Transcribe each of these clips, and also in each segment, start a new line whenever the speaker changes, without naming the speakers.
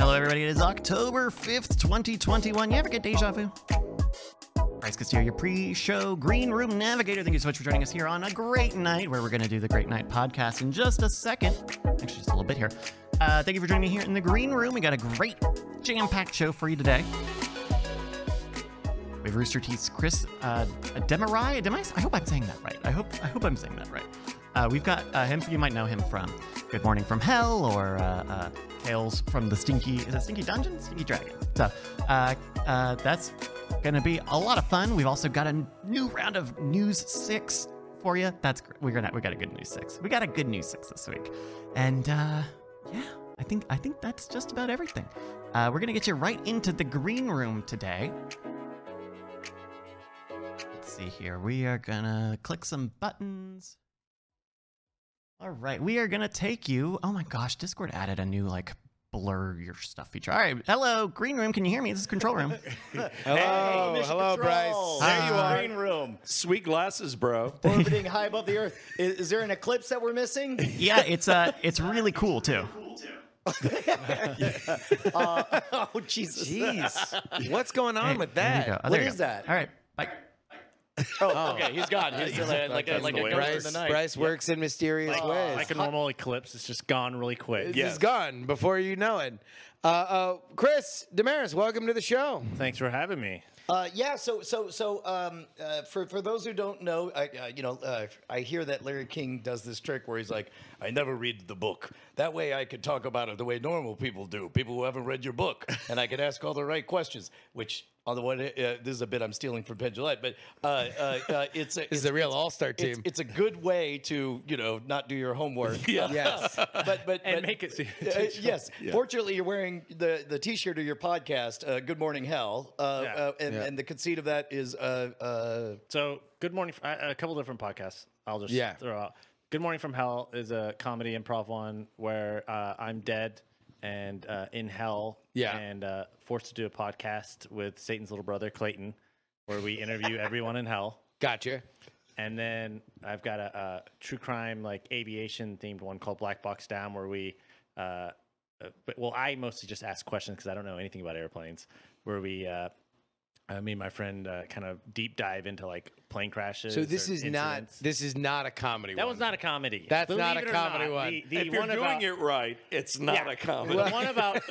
everybody. It is October 5th, 2021. You ever get deja vu? Bryce Castillo, your pre show Green Room Navigator. Thank you so much for joining us here on a great night where we're going to do the Great Night podcast in just a second. Actually, just a little bit here. Uh, thank you for joining me here in the Green Room. We got a great jam packed show for you today. We have Rooster Teeth's Chris uh, Demirai. Demise? I hope I'm saying that right. I hope I hope I'm saying that right. Uh, we've got uh, him. You might know him from Good Morning from Hell or uh, uh, Tales from the Stinky. Is it Stinky Dungeon? Stinky Dragon. So uh, uh, that's gonna be a lot of fun. We've also got a n- new round of News Six for you. That's gr- we're gonna we got a good News Six. We got a good News Six this week, and uh, yeah, I think I think that's just about everything. Uh, we're gonna get you right into the green room today. Let's see here. We are gonna click some buttons. All right, we are gonna take you. Oh my gosh, Discord added a new like blur your stuff feature. All right, hello, green room. Can you hear me? This is control room.
Hello,
Mission
hello,
Control.
Bryce.
There
Hi.
you are. Green room,
Sweet glasses, bro.
orbiting high above the Earth. Is, is there an eclipse that we're missing?
yeah, it's uh, it's really cool too.
Uh, oh Jesus!
Jeez, what's going on with
There you go.
that?
Oh,
What
there you
is
go.
that?
All right, bye.
Okay, he's gone. He's like, like, a, like a ghost
Bryce,
in the night.
Bryce works in mysterious ways.
Oh, like a normal eclipse, it's just gone really quick.
He's gone before you know it. Uh, uh, Chris Damaris, welcome to the show.
Thanks for having me.
Uh, yeah. So so so um, uh, for for those who don't know, I, uh, you know, uh, I hear that Larry King does this trick where he's like, I never read the book. That way, I could talk about it the way normal people do, people who haven't read your book, and I could ask all the right questions. Which on the one, uh, this is a bit I'm stealing from Pendulite, but uh, uh, uh, it's a,
This is a real all-star team.
It's, it's a good way to you know not do your homework. Uh,
Yes.
but but but-
And make it seem-
Uh, yes. Fortunately, you're wearing the the T-shirt of your podcast, uh, "Good Morning Hell," uh,
Yeah.
uh, and,
Yeah.
and the conceit of that is, uh,
So, Good Morning, I- a couple different podcasts I'll just
Yeah.
throw out. Good Morning from Hell is a comedy improv one where uh, I'm dead and uh, in hell
Yeah.
and uh, forced to do a podcast with Satan's little brother, Clayton, where we interview everyone in hell.
Gotcha.
And then I've got a, uh true crime, like aviation themed one called Black Box Down, where we, uh, uh, but, well, I mostly just ask questions because I don't know anything about airplanes. Where we, uh, uh, me and my friend, uh, kind of deep dive into like plane crashes.
So this
or
is not
incidents.
this is not a comedy.
that
one.
was not a comedy.
That's
Believe
not a
it or
comedy one.
The, the
if you're
one
doing
about,
it right, it's not
Yeah.
a comedy.
The one about,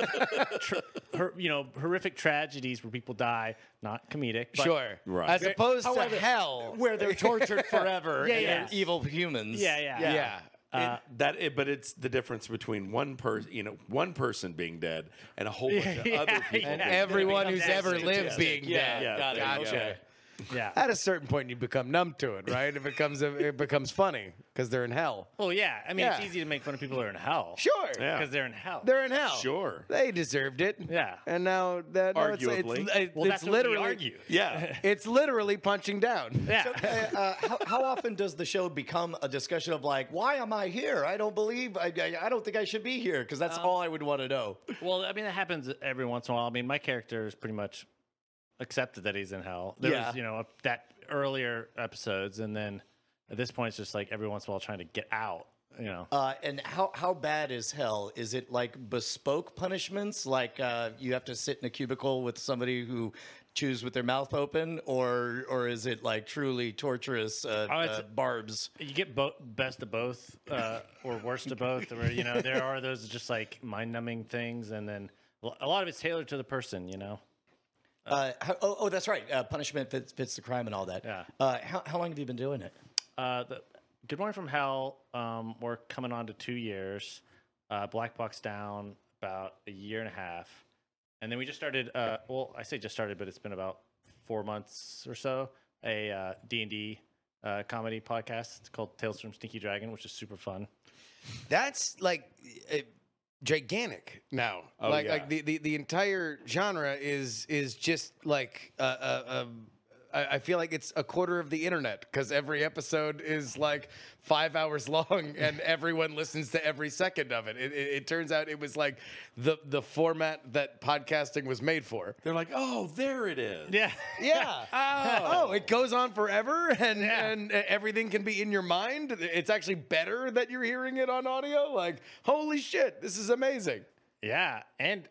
tr her, you know, horrific tragedies where people die, not comedic. but-
sure.
Right.
As opposed
However-
to hell.
uh, where they're tortured forever
Yeah,
and
yeah.
evil humans.
Yeah, yeah,
yeah.
It- Uh, that it, but it's the difference between one person, you know, one person being dead and a whole bunch of
Yeah,
other people.
yeah.
being
Everyone
It
who's
becomes
ever
acid.
lived
Yeah.
being
Yeah,
dead.
yeah, there you
gotcha.
go.
Yeah.
At a certain point, you become numb to it, right? It becomes it becomes funny because they're in hell.
Well, yeah. I mean,
Yeah.
it's easy to make fun of people who are in hell.
Sure.
Yeah.
Because they're in hell.
They're in hell.
Sure.
They deserved it.
Yeah.
And now that now it's-
Arguably.
it's, it's,
well,
it's
that's
literally
what we argue.
Yeah.
it's literally punching down.
Yeah.
Uh, uh, how, how often does the show become a discussion of like, why am I here? I don't believe. I, I, I don't think I should be here because that's
Um,
all I would want to know.
well, I mean, that happens every once in a while. I mean, my character is pretty much accepted that he's in hell. There
Yeah.
was, you know, that earlier episodes, and then at this point, it's just like every once in a while trying to get out. You know,
Uh, and how how bad is hell? Is it like bespoke punishments, like uh, you have to sit in a cubicle with somebody who chews with their mouth open, or or is it like truly torturous uh,
Oh, it's-
uh, barbs?
you get bo- best of both uh, or worst of both. Or you know, there are those just like mind-numbing things, and then well, a lot of it's tailored to the person. You know,
Uh, how, oh, oh, that's right. Uh, punishment fits, fits the crime and all that.
Yeah.
Uh, how, how long have you been doing it?
Uh, the, Good Morning from Hell. Um, we're coming on to two years. Uh, Black Box Down about a year and a half, and then we just started. Uh, well, I say just started, but it's been about four months or so. A uh, D and D uh, comedy podcast It's called Tales from Stinky Dragon, which is super fun.
That's like uh, gigantic now.
Oh,
like
yeah.
like the, the, the entire genre is is just like uh, uh, um, I, I feel like it's a quarter of the internet because every episode is like five hours long and everyone listens to every second of it. It, it. it turns out it was like the the format that podcasting was made for.
They're like, oh, there it is.
Yeah,
Yeah. oh. it goes on forever, and and e, everything can be in your mind. It's actually better that you're hearing it on audio. Like, holy shit, this is amazing.
yeah, and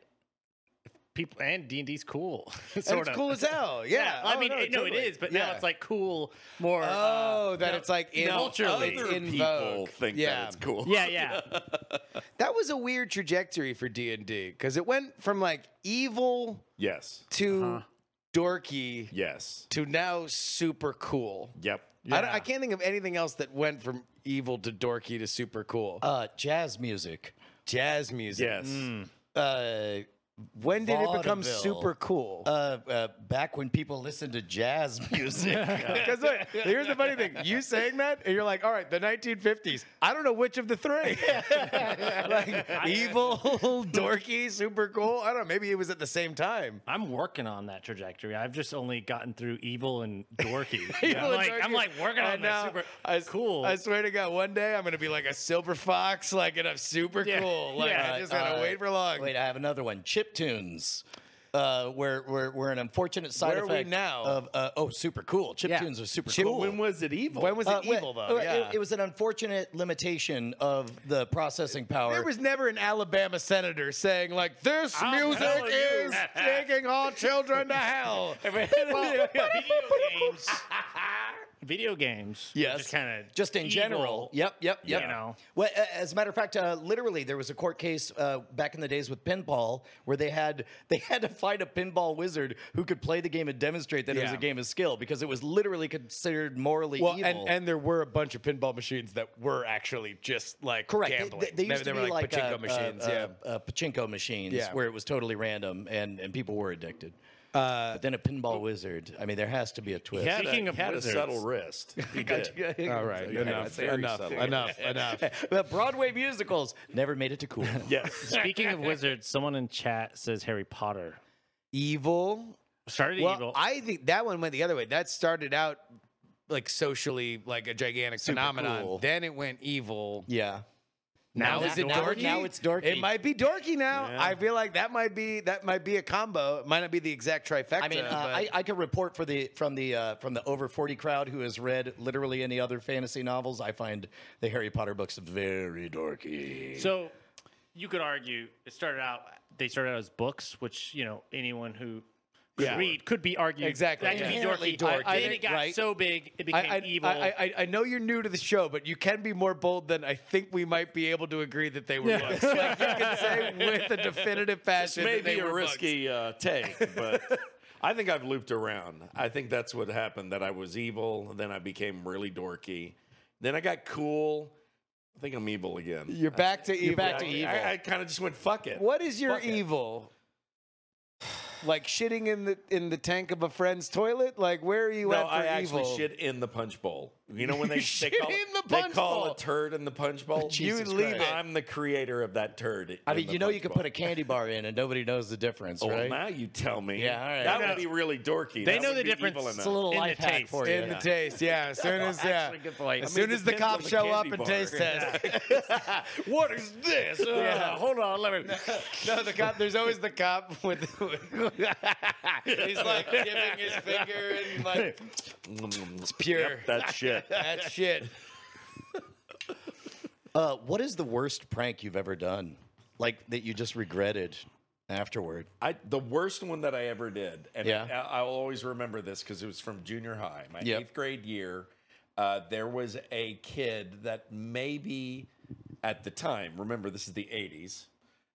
people and D and D's cool.
And
sort
it's
of.
cool as hell. Yeah.
I
Oh,
mean, it- no,
totally.
it is, but now
Yeah.
it's like cool more. uh,
Oh, that
no,
it's like in,
Now
culturally.
other
it's in
people
vogue.
think
yeah.
that it's cool.
yeah, yeah.
That was a weird trajectory for D and D because it went from like evil
Yes.
to
Uh-huh.
dorky
Yes.
to now super cool.
Yep.
I, don't- I can't think of anything else that went from evil to dorky to super cool.
Uh, jazz music.
Jazz music.
Yes.
Mm.
Uh,
When did it become
Vaudeville.
super cool?
uh, uh, back when people listened to jazz music.
Because look, here's the funny thing: you saying that, and you're like, "All right, the 1950s." I don't know which of the three. like evil, dorky, super cool. I don't know. Maybe it was at the same time.
I'm working on that trajectory. I've just only gotten through evil and dorky.
Evil and
I'm, like, I'm
dorky.
like working
I
on that
know.
super
I, s-
cool.
I swear to God, one day I'm gonna be like a silver fox, like and I'm super
Yeah.
cool. Like
Yeah.
I just gotta
Uh,
wait for long.
Wait, I have another one. Chip tunes. Uh, where we're, we're an unfortunate side
Where are we
effect
now?
of uh, oh super cool chip
Yeah.
tunes are super
Chip-
cool.
When was it evil?
when was it
Uh, well,
evil
uh,
though?
it-
yeah.
It, was an unfortunate limitation of the processing power.
there was never an Alabama senator saying like this
I'll
music
tell you.
is taking all children to hell.
video games. video games. were
Yes.
Just kind of.
just in general. Yep, yep, yep.
You know.
Well, a- as a matter of fact, uh, literally there was a court case uh, back in the days with pinball where they had they had to find a pinball wizard who could play the game and demonstrate that it was
Yeah.
a game of skill because it was literally considered morally
Well,
evil.
and, and there were a bunch of pinball machines that were actually just like
Correct. They-
gambling.
They, they used to
were
be
like,
like,
pachinko
uh,
machines.
uh,
yeah.
uh, uh, pachinko machines
Yeah.
where it was totally random and, and people were addicted.
Uh,
but then a pinball wizard. I mean, there has to be a twist.
Yeah.
He had a-
Speaking of
he had
wizards.
a subtle wrist. He did.
All right,
Yeah,
enough,
very
enough,
subtle.
enough, enough.
But Broadway musicals never made it to cool.
Yes.
Speaking of wizards, someone in chat says Harry Potter
Evil.
started
Well,
evil.
I think that one went the other way. That started out like socially, like a gigantic phenomenon.
cool.
Then it went evil.
yeah.
Now,
Now
is it
now-
dorky?
now it's dorky.
It might be dorky now.
Yeah.
I feel like that might be that might be a combo. It might not be the exact trifecta.
I mean, uh,
but-
I, I could report for the from the uh, from the over forty crowd who has read literally any other fantasy novels. I find the Harry Potter books very dorky.
So you could argue it started out they started out as books, which you know anyone who could
Yeah.
read could be argued
Exactly.
That could be
Inherently
dorky.
dorky.
I,
I
then
think-
it got
right.
so big it became
I, I,
evil.
I, I, I know you're new to the show, but you can be more bold than I think we might be able to agree that they were books. Like you can say with a definitive passion. that
Maybe
they
a
were books.
risky uh, take, but I think I've looped around. I think that's what happened. That I was evil, then I became really dorky, then I got cool. I think I'm evil again.
You're back to evil.
I, I, kind of just went fuck it.
what is your
Fuck it.
evil? Like shitting in the in the tank of a friend's toilet? Like where are you
No,
at for
I actually
evil?
shit in the punch bowl. You know when they, they
shit
call
in the
they
punch
call
bowl.
a turd in the punch bowl.
You Jesus leave Christ. it.
I'm the creator of that turd.
I
in
mean,
the
you know, you
punch
could
bowl.
put a candy bar in and nobody knows the difference,
Oh,
right?
now you tell me.
Yeah, all right.
That
They
would be really dorky.
they
That
know
would
the
be evil
difference.
enough.
It's a little
In the
life hack
taste.
for you.
in the taste, yeah. As soon as yeah,
Actually, good point.
as
I
soon as the
depends on
cops
the
show up
candy
and
bar.
taste test,
What is this?
Yeah.
hold on, let me.
No, the cop. There's always the cop with. he's like dipping his finger and like
it's
pure.
That shit.
that shit.
Uh, what is the worst prank you've ever done? Like that you just regretted afterward?
I the worst one that I ever did, and
Yeah.
I, I'll always remember this because it was from junior high, my
Yep.
eighth grade year. Uh, there was a kid that maybe at the time, remember this is the '80s,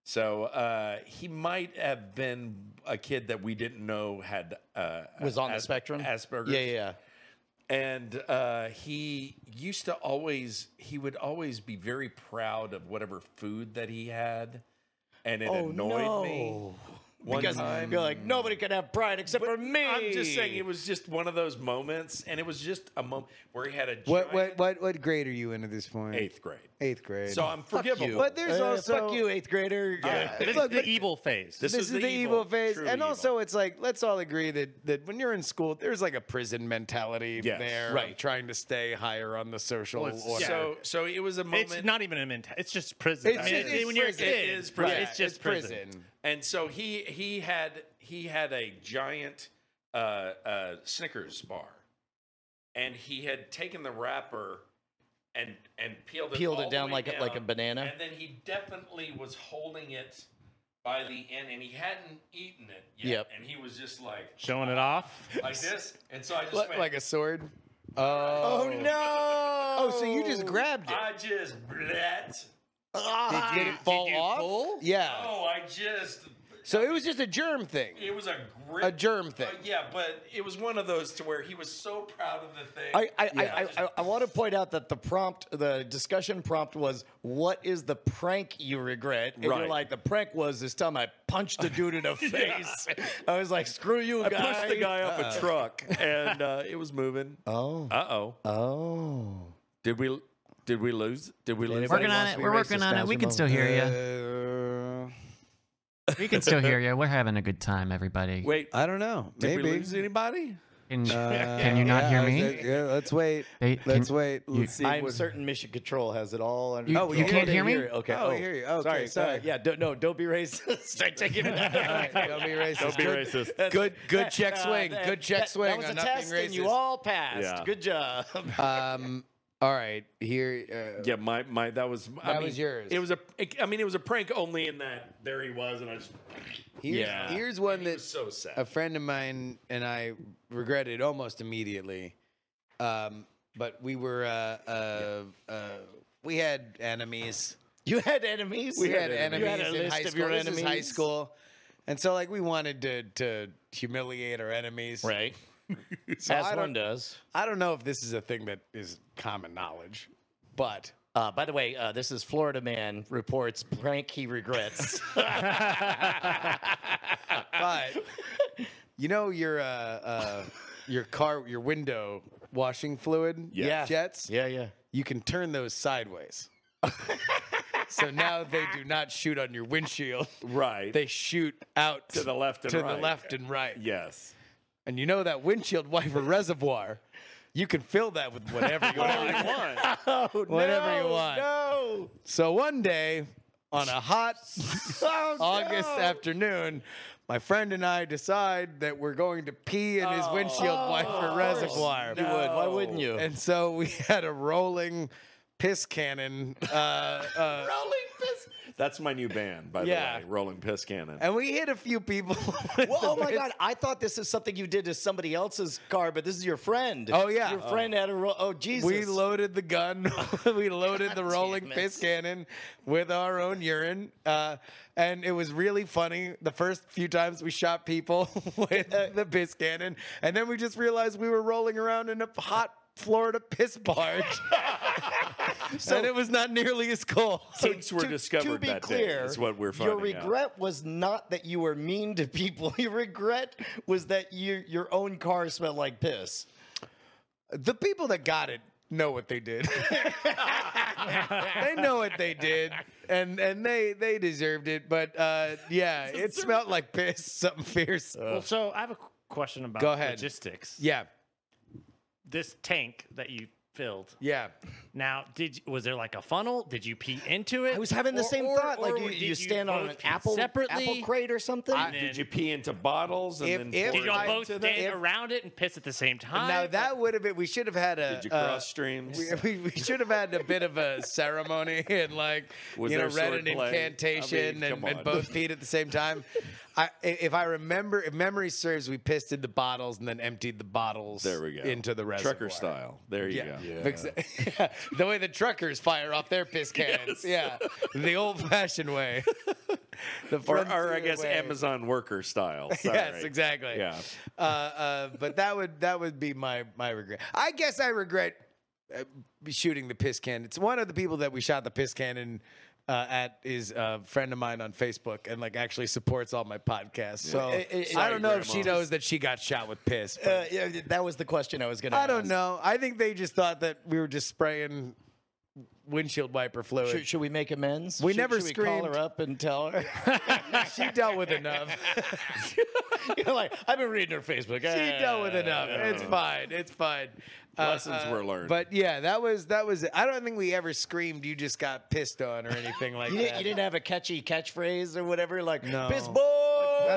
so uh, he might have been a kid that we didn't know had uh,
Was on the
As-
spectrum?
Asperger's
Yeah, yeah, yeah.
and uh, he used to always he would always be very proud of whatever food that he had and it annoyed me one
Oh, Because
time
you're like nobody can have pride except for me.
i'm just saying it was just one of those moments and it was just a moment where he had a
What what
giant-
what what grade are you in at this point?
eighth grade
Eighth grade.
so i'm forgivable
But there's
Uh,
also
fuck you, eighth grader. Yeah.
this
Look,
is the
but-
evil phase.
this,
This, is, the, evil, phase,
true
and
evil.
also it's like let's all agree that that when you're in school, there's like a prison mentality
Yes.
there, of
Right.
Trying to stay higher on the social
Well, it's-
order.
yeah.
so so it was a moment
it's not even a mental. It's just prison.
It's
I mean,
just- it's
when you're a
prison.
kid,
It is prison.
It's just prison.
And so he he had he had a giant uh, uh, Snickers bar, and he had taken the wrapper and and peeled it
Peeled it
all the
down
way
like a- like a banana?
And then he definitely was holding it by the end, and he hadn't eaten it yet,
Yep.
and he was just like
Showing it off.
like this, and so I just
Like,
went,
like a sword. Oh.
no!
Oh, so you just grabbed it?
I just blat.
Did it fall
you
off?
pull?
Yeah.
Oh, I just
So it was just a germ thing.
it was a grip,
A germ
Uh,
thing.
yeah, but it was one of those to where he was so proud of the thing.
I, I,
Yeah.
I, I, I want to point out that the prompt, the discussion prompt was, what is the prank you regret? And you're
Right.
like, the prank was this time I punched a dude in the face. I was like, screw you, guy.
off a truck, and uh, it was moving.
Oh.
Uh oh.
Oh.
Did we? Did we lose? Did we lose?
Working on it. We're working on it. We can still hear you.
Uh,
We can still hear you. We're having a good time, everybody.
Wait,
I don't know.
did
Maybe.
we lose anybody?
Can, can you not
Uh, Yeah,
hear
I
me?
said, yeah, let's wait.
They-
let's
can-
wait.
you-
Let's see.
I'm
what-
certain Mission Control has it all under
You-
control.
you can't hear me?
Okay.
Oh, I hear you. Okay,
sorry.
sorry.
Uh, yeah, don't, no, don't be racist. Start taking it back.
Don't be racist.
Don't be
Good-
racist.
Good, good check
Uh,
swing.
that-
good check
that-
swing
That was
on
a
not
test,
being
and you
racist.
all passed.
Yeah.
Good job.
Um, all right, here. Uh,
Yeah, my my that was I
That
mean,
was yours.
It was a it- I mean it was a prank only in that there he was and I just
here's,
Yeah.
here's one
it
that
was so sad.
a friend of mine and I regretted almost immediately. Um, but we were uh, uh, uh, we had enemies.
you had enemies.
We had enemies
You had a
in
list
high
of your
school. This is high
enemies?
school, and so like we wanted to to humiliate our enemies.
Right.
I
As
don't-
one does.
I don't know if this is a thing that is common knowledge, but
Uh, by the way, uh, this is Florida Man reports prank he regrets.
but you know your uh, uh, your car your window washing fluid
Yeah.
jets
yeah, yeah.
you can turn those sideways. so now they do not shoot on your windshield.
right.
They shoot out
To the left and
to
right.
the left and right.
yes.
And you know that windshield wiper reservoir, you can fill that with whatever
Oh,
you want. whatever you want.
No.
So one day, on a hot
Oh,
August afternoon, my friend and I decide that we're going to pee in
Oh.
his windshield wiper reservoir.
You would. Why wouldn't you?
And so we had a rolling piss cannon, uh, uh,
That's my new band by
Yeah.
the way, Rolling Piss Cannon.
and we hit a few people. with
Well,
the
oh my
piss-
God! I thought this is something you did to somebody else's car, but this is your friend.
Oh, yeah.
your friend had a ro- oh Jesus.
We loaded the gun. we loaded
God
the rolling
damn it.
piss cannon with our own urine, uh, and it was really funny. The first few times we shot people with the piss cannon, and then we just realized we were rolling around in a hot Florida piss barge, and it was not nearly as cold.
Kinks were discovered
to be
that
clear,
day. Is what we're
Your
finding out.
regret was not that you were mean to people. Your regret was that you, your own car smelled like piss.
the people that got it know what they did. they know what they did, and and they they deserved it. But uh, yeah, it smelled like piss, something fierce.
Uh.
Well, so I have a qu- question about
Go ahead.
logistics.
yeah,
This tank that you filled.
yeah.
Now, did y- was there like a funnel? Did you pee into it?
I was having the
Or-
same
or-
thought.
or
Like you,
did
you stand on
both
an
pee
apple
separately.
apple crate or something.
I-
Did you pee into bottles and
If-
then
if
pour
Did y'all
it
I-
both
into
stand
them?
if-
around it and piss at the same time?
Now that would have been. We should have had a.
Did you
uh,
cross streams?
we, we, we should have had a bit of a ceremony and like
Was
you know
there
read an
sword play? I mean,
incantation and,
come
and
on.
both feet at the same time. I, i- if I remember, if memory serves, we pissed in the bottles and then emptied the bottles
there we go.
into the reservoir.
Trucker style. There you
Yeah.
go.
Because- the way the truckers fire off their piss cannons. Yeah. The old fashioned way. The
Or,
frontier
or I guess
way.
Amazon worker style.
Yes,
Sorry.
exactly.
Yeah.
Uh, uh, but that would that would be my my regret. I guess I regret uh, shooting the piss cannon. It's one of the people that we shot the piss cannon uh, at is a friend of mine on Facebook and like actually supports all my podcasts. So
It- it-
I don't know if
Sorry,
she
Grandma.
knows that she got shot with piss. but-
Uh, yeah, that was the question I was going to.
I don't know. I think they just thought that we were just spraying windshield wiper fluid.
Should, should we make amends?
We
Should-
never
should we call
screamed.
her up and tell her.
she dealt with enough.
You're like, I've been reading her Facebook.
she dealt with enough. It's fine. It's fine. Uh,
Lessons were learned.
But yeah, that was that was. I don't think we ever screamed. You just got pissed on or anything like
You
that.
didn't, you didn't have a catchy catchphrase or whatever, like
No.
"piss boy."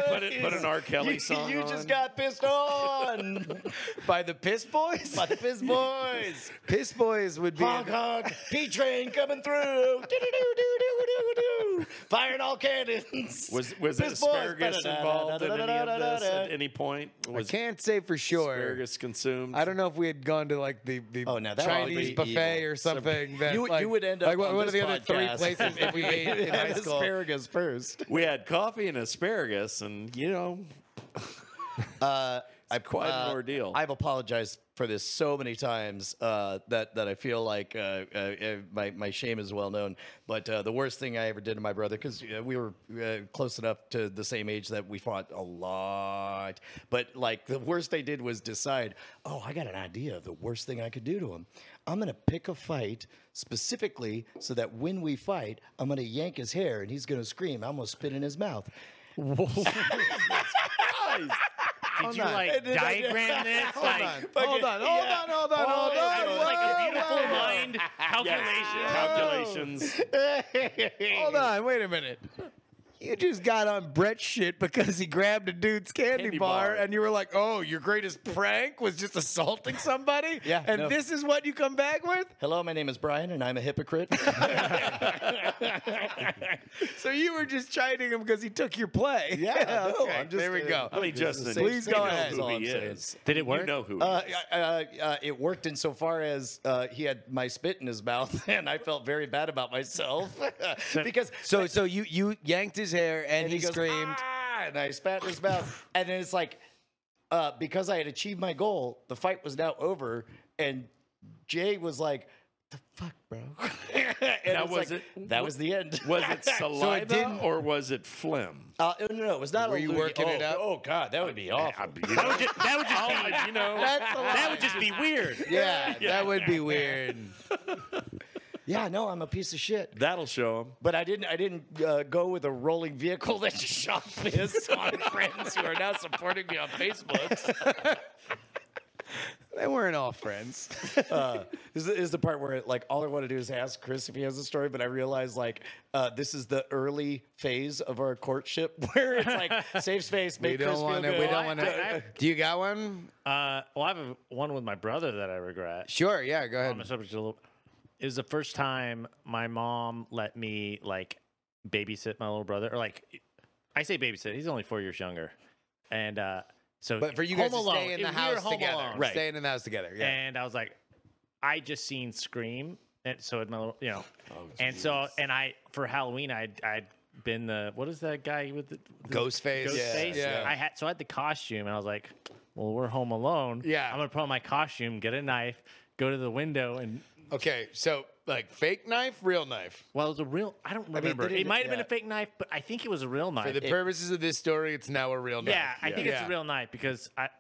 Put, it, put an R. Kelly
you,
song
you
on.
just got pissed on
By the piss boys.
by the piss boys.
piss boys would be.
Honk honk, P train coming through. Do do do do do do do. firing all cannons.
Was was
Piss boys.
asparagus involved at any of this at any point?
I
Was
can't say for sure.
asparagus consumed?
I don't know if we had gone to like the, the
Oh, now that would
Chinese
be
buffet
evil.
or something. That,
You would-
like,
you would end up
like what,
on
what are
this
the other three
podcast.
places if we ate in high school?
asparagus first.
We had coffee and asparagus, and you know,
Uh,
I,
quite an ordeal.
Uh, I've apologized for this so many times uh, that that I feel like uh, uh, uh, my my shame is well known. But uh, the worst thing I ever did to my brother, because uh, we were uh, close enough to the same age that we fought a lot. But like the worst I did was decide, oh, I got an idea of the worst thing I could do to him. I'm gonna pick a fight specifically so that when we fight, I'm gonna yank his hair and he's gonna scream. I'm gonna spit in his mouth.
Did you like diagram this? Like, Oh,
Hold on, hold on, hold on, hold on.
it was like a beautiful mind calculation.
calculations.
Hold on, wait a minute. You just got on Brett's shit because he grabbed a dude's candy,
Candy
bar,
bar.
and you were like, "Oh, your greatest prank was just assaulting somebody."
Yeah,
and
no.
this is what you come back with.
Hello, my name is Brian and I'm a hypocrite.
So you were just chiding him because he took your play.
Yeah, no,
Okay,
I'm just-
there we go.
I mean, Justin,
Please
you
go
know
ahead.
Who
That's all
he
I'm saying.
is.
Did it work?
You know who? He
Uh,
is.
uh, uh, it worked insofar as uh, he had my spit in his mouth, and I felt very bad about myself because
So, so you you yanked his hair and,
and
he,
goes,
screamed.
"Ah," and I spat in his mouth, and then it's like uh, because I had achieved my goal, the fight was now over, and Jay was like. The fuck, bro. and
Now,
it's
was
like,
it-
That was the end.
Was it saliva
didn't-
or was it phlegm?
Uh, no, no, no, it was not.
Were
a
you
loogie-
working
oh,
it up?
Oh god, that would be awful.
You know,
That would just be,
you know,
That's a
that
lie.
would just be weird.
yeah, that would be weird.
yeah, no, I'm a piece of shit.
that'll show him.
But I didn't. I didn't uh, go with a rolling vehicle that just shot piss on friends who are now supporting me on Facebook.
They weren't all friends.
Uh, this is the part where, like, all I want to do is ask Chris if he has a story, but I realize, like, uh, this is the early phase of our courtship where it's like safe space, make
We
Chris
don't
feel
want to.
good.
We don't
I-
want
I-
to.
I-
Do you got one?
Uh, well, I have a, one with my brother that I regret.
Sure. Yeah. Go
on the
ahead.
subject a little. It was the first time my mom let me like babysit my little brother, or like I say babysit. He's only four years younger, and uh, so
But for you guys
Home
to
Alone,
stay in
it-
the
we were
house
Home
together,
Alone.
right? Staying in the house together. Yeah.
and I was like, I just seen Scream, and so had my little, you know,
Oh,
and so and I for Halloween I would I'd been the what is that guy with the, the
Ghostface.
ghost
Yeah,
face?
yeah.
I had so I had the costume, and I was like, well, we're home alone.
Yeah.
I'm gonna put on my costume, get a knife, go to the window, and
Okay, so like fake knife, real knife.
Well, it was a real. I don't remember.
didn't-
it might have been
yeah.
a fake knife, but I think it was a real knife.
For the
It-
purposes of this story, it's now a real knife.
yeah, I think it's
Yeah.
a real knife because I,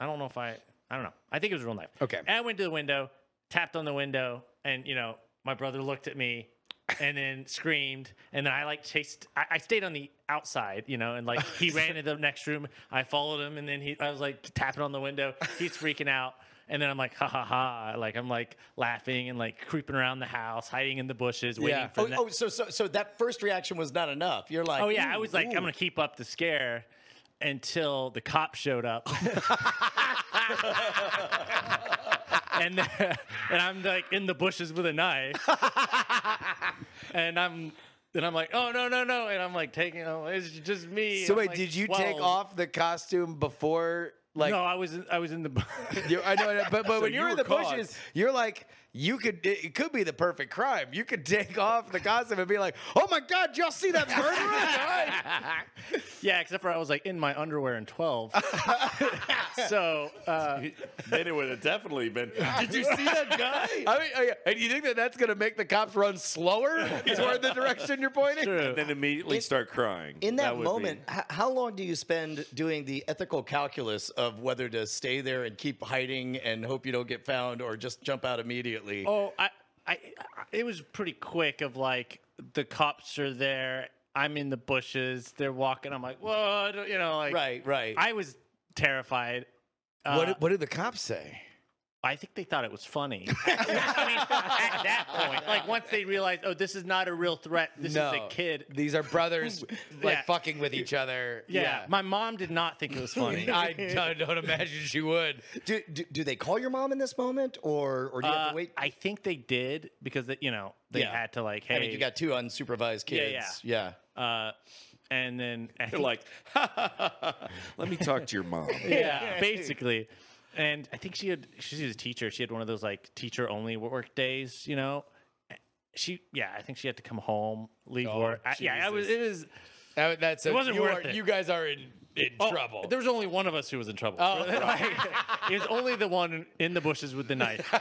I don't know if I, I don't know. I think it was a real knife.
Okay.
And I went to the window, tapped on the window, and you know my brother looked at me, and then screamed, and then I like chased. I, I stayed on the outside, you know, and like he ran into the next room. I followed him, and then he, I was like tapping on the window. He's freaking out. And then I'm like, ha ha ha! Like I'm like laughing and like creeping around the house, hiding in the bushes, waiting
Yeah.
for
Oh,
the ne-
oh, so so so that first reaction was not enough. You're like,
Oh yeah, I
"Ooh,
was like,
ooh."
I'm gonna keep up the scare until the cop showed up. and and I'm like in the bushes with a knife. and I'm and I'm like, oh no no no, and I'm like taking oh, it's just me.
So
I'm,
wait,
like,
did you take
12.
off the costume before? Like,
no, I was in, I was in the. bu-
you, I know, but but when
you
you're in
were
the
caught.
bushes, you're like, you could. It, it could be the perfect crime. You could take off the costume and be like, "Oh my God, y'all see that murderer?"
yeah, except for I was like in my underwear and twelve. so uh,
Then it would have definitely been. Did you see that guy?
I mean, oh, yeah. and you think that that's gonna make the cops run slower toward the direction you're pointing?
And then immediately start crying.
In that,
would be-
moment, h- how long do you spend doing the ethical calculus of whether to stay there and keep hiding and hope you don't get found or just jump out immediately?
Oh, I, I, I- it was pretty quick. Of like the cops are there. I'm in the bushes. They're walking. I'm like, whoa, I don't- you know, like
right, right.
I was terrified. Uh,
what, did, what did the cops say?
I think they thought it was funny. I mean, at that point, like once they realized, oh, this is not a real threat. This is a kid.
These are brothers like
Yeah.
fucking with each other.
Yeah, my mom did not think it was funny.
I don't, don't imagine she would.
Do, do, do they call your mom in this moment, or or do you have
Uh,
to wait?
I think they did because they, you know they
Yeah.
had to like, hey,
I mean, you got two unsupervised
Yeah,
kids. yeah.
uh, and then I
They're
think-
like, let me talk to your mom.
yeah, basically. And I think she had she was a teacher. She had one of those like teacher only work days, you know. She yeah, I think she had to come home, leave work. I, yeah, I was it was
That, Uh, that's it
wasn't
you
worth
are,
it.
You guys are in, in
oh,
trouble.
There was only one of us who was in trouble. Oh, it was only the one in the bushes with the knife.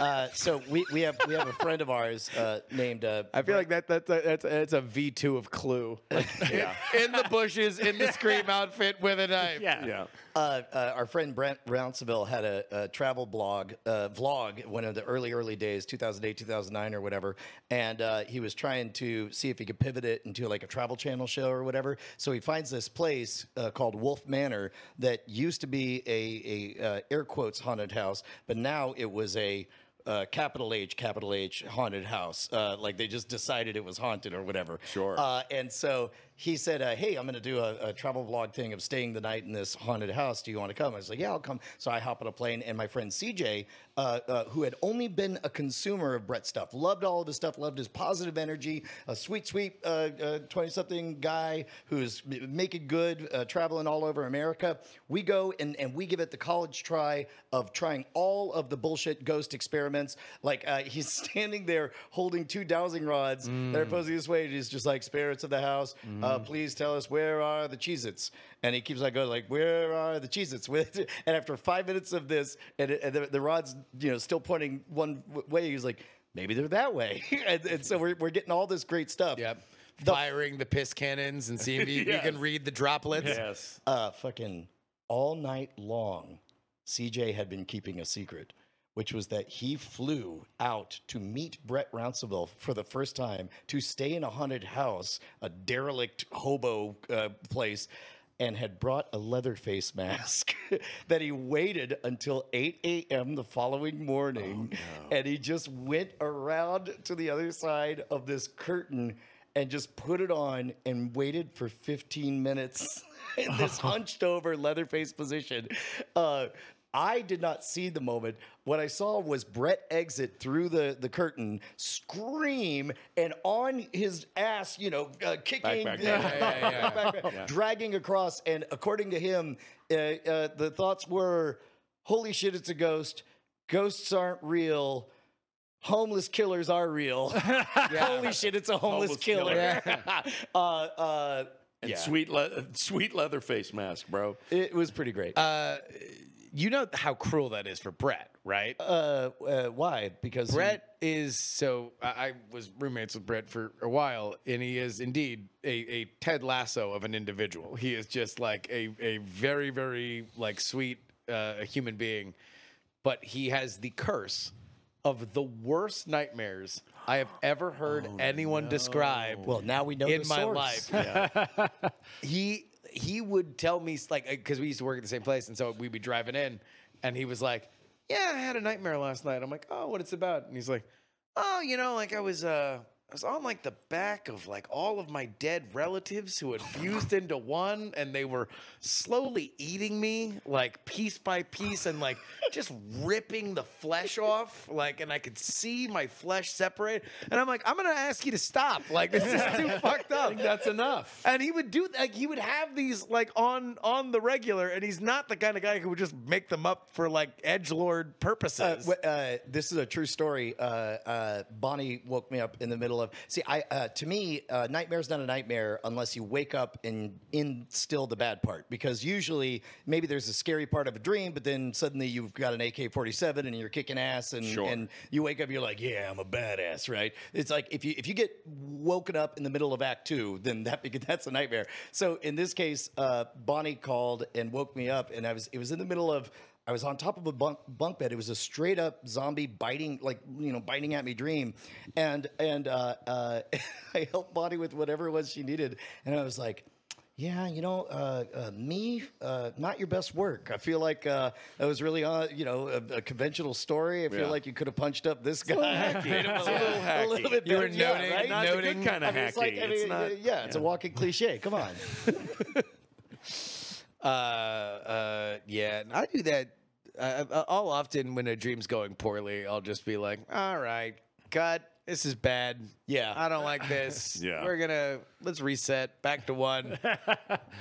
Uh, so we, we have we have a friend of ours uh, named. Uh,
I feel like that that's a, that's that's a V two of Clue. Like in the bushes, in the scream outfit with a knife.
Yeah.
uh, uh, our friend Brent Rounceville had a, a travel blog uh, vlog one of the early early days 2008 2009 or whatever and uh, he was trying to see if he could pivot it into like a travel channel show or whatever so he finds this place uh, called Wolf Manor that used to be a, a uh, air quotes haunted house but now it was a uh, capital H, capital H haunted house. Uh, like they just decided it was haunted or whatever. Sure. Uh, and so he said, uh, Hey, I'm going to do a, a travel vlog thing of staying the night in this haunted house. Do you want to come? I was like, Yeah, I'll come. So I hop on a plane, and my friend CJ, uh, uh, who had only been a consumer of Brett's stuff, loved all of his stuff, loved his positive energy, a sweet, sweet 20 something guy who's m- making good, uh, traveling all over America. We go and, and we give it the college try of trying all of the bullshit ghost experiments. Like uh, he's standing there holding two dowsing rods that are posing this way. And he's just like, spirits of the house, uh, please tell us where are the Cheez Its? And he keeps like going, like, where are the Cheez Its? and after five minutes of this, and, it- and the, the rod's, you know, still pointing one w- way, he's like, maybe they're that way. and, and so we're, we're getting all this great stuff.
Yep.
The
Firing the piss cannons and seeing if you, you can read the droplets.
Yes.
uh, fucking all night long, CJ had been keeping a secret, which was that he flew out to meet Brett Rounceville for the first time to stay in a haunted house, a derelict hobo uh, place. And had brought a leather face mask that he waited until 8 a.m. the following morning. And he just went around to the other side of this curtain and just put it on and waited for 15 minutes in this hunched over leather face position. Uh, I did not see the moment. What I saw was Brett exit through the, the curtain, scream, and on his ass, you know, uh, kicking,
back, back.
Yeah, yeah, yeah.
back, back, dragging across. And according to him, uh, uh, the thoughts were holy shit, it's a ghost. Ghosts aren't real. Homeless killers are real. Holy shit, it's a homeless,
Homeless
killer.
killer.
uh, uh,
And sweet, le- sweet leather face mask, bro.
it was pretty great. Uh,
You know how cruel that is for Brett, right?
uh, why? Because he-
Brett is so. I, I was roommates with Brett for a while, and he is indeed a, a Ted Lasso of an individual. He is just like a a very very like sweet uh, human being, but he has the curse of the worst nightmares I have ever heard
Oh,
anyone describe.
well, now we know
in
the
my
source.
life. he he would tell me like because we used to work at the same place, and so we'd be driving in, and he was like, "Yeah, I had a nightmare last night." I'm like, "Oh, what it's about?" And he's like, "Oh, you know, like I was uh." I was on like the back of like all of my dead relatives who had fused into one, and they were slowly eating me like piece by piece, and like just ripping the flesh off. Like, and I could see my flesh separate, and I'm like, I'm gonna ask you to stop. Like, this is too fucked up.
That's enough.
And he would do like he would have these like on on the regular, and he's not the kind of guy who would just make them up for like edge lord
Uh,
purposes.
wh- uh, this is a true story. Uh, uh, Bonnie woke me up in the middle of. See, I uh, to me, uh, nightmare's not a nightmare unless you wake up and in still the bad part. Because usually, maybe there's a scary part of a dream, but then suddenly you've got an AK-47 and you're kicking ass, and
Sure.
and you wake up, you're like, yeah, I'm a badass, right? It's like if you if you get woken up in the middle of Act Two, then that beca- that's a nightmare. So in this case, uh, Bonnie called and woke me up, and I was it was in the middle of I was on top of a bunk, bunk bed. It was a straight up zombie biting, like you know, biting at me dream, and and uh, uh, I helped Bonnie with whatever it was she needed, and I was like yeah, you know, uh, uh, me, uh, not your best work. I feel like uh, that was really, uh, you know, a, a conventional story. I feel
Yeah.
like you could have punched up this guy. Made him a little, a little bit
You were
better. Yeah,
noting-
right?
not the good noting- kinda
I mean, It's like,
hacky.
I mean,
It's not-
yeah, it's a walking cliche. Come on.
Uh, uh, yeah, and I do that. Uh, uh, I'll often, when a dream's going poorly, I'll just be like, "All right, cut. This is bad.
Yeah.
I don't like this.
Yeah.
we're gonna let's reset back to one,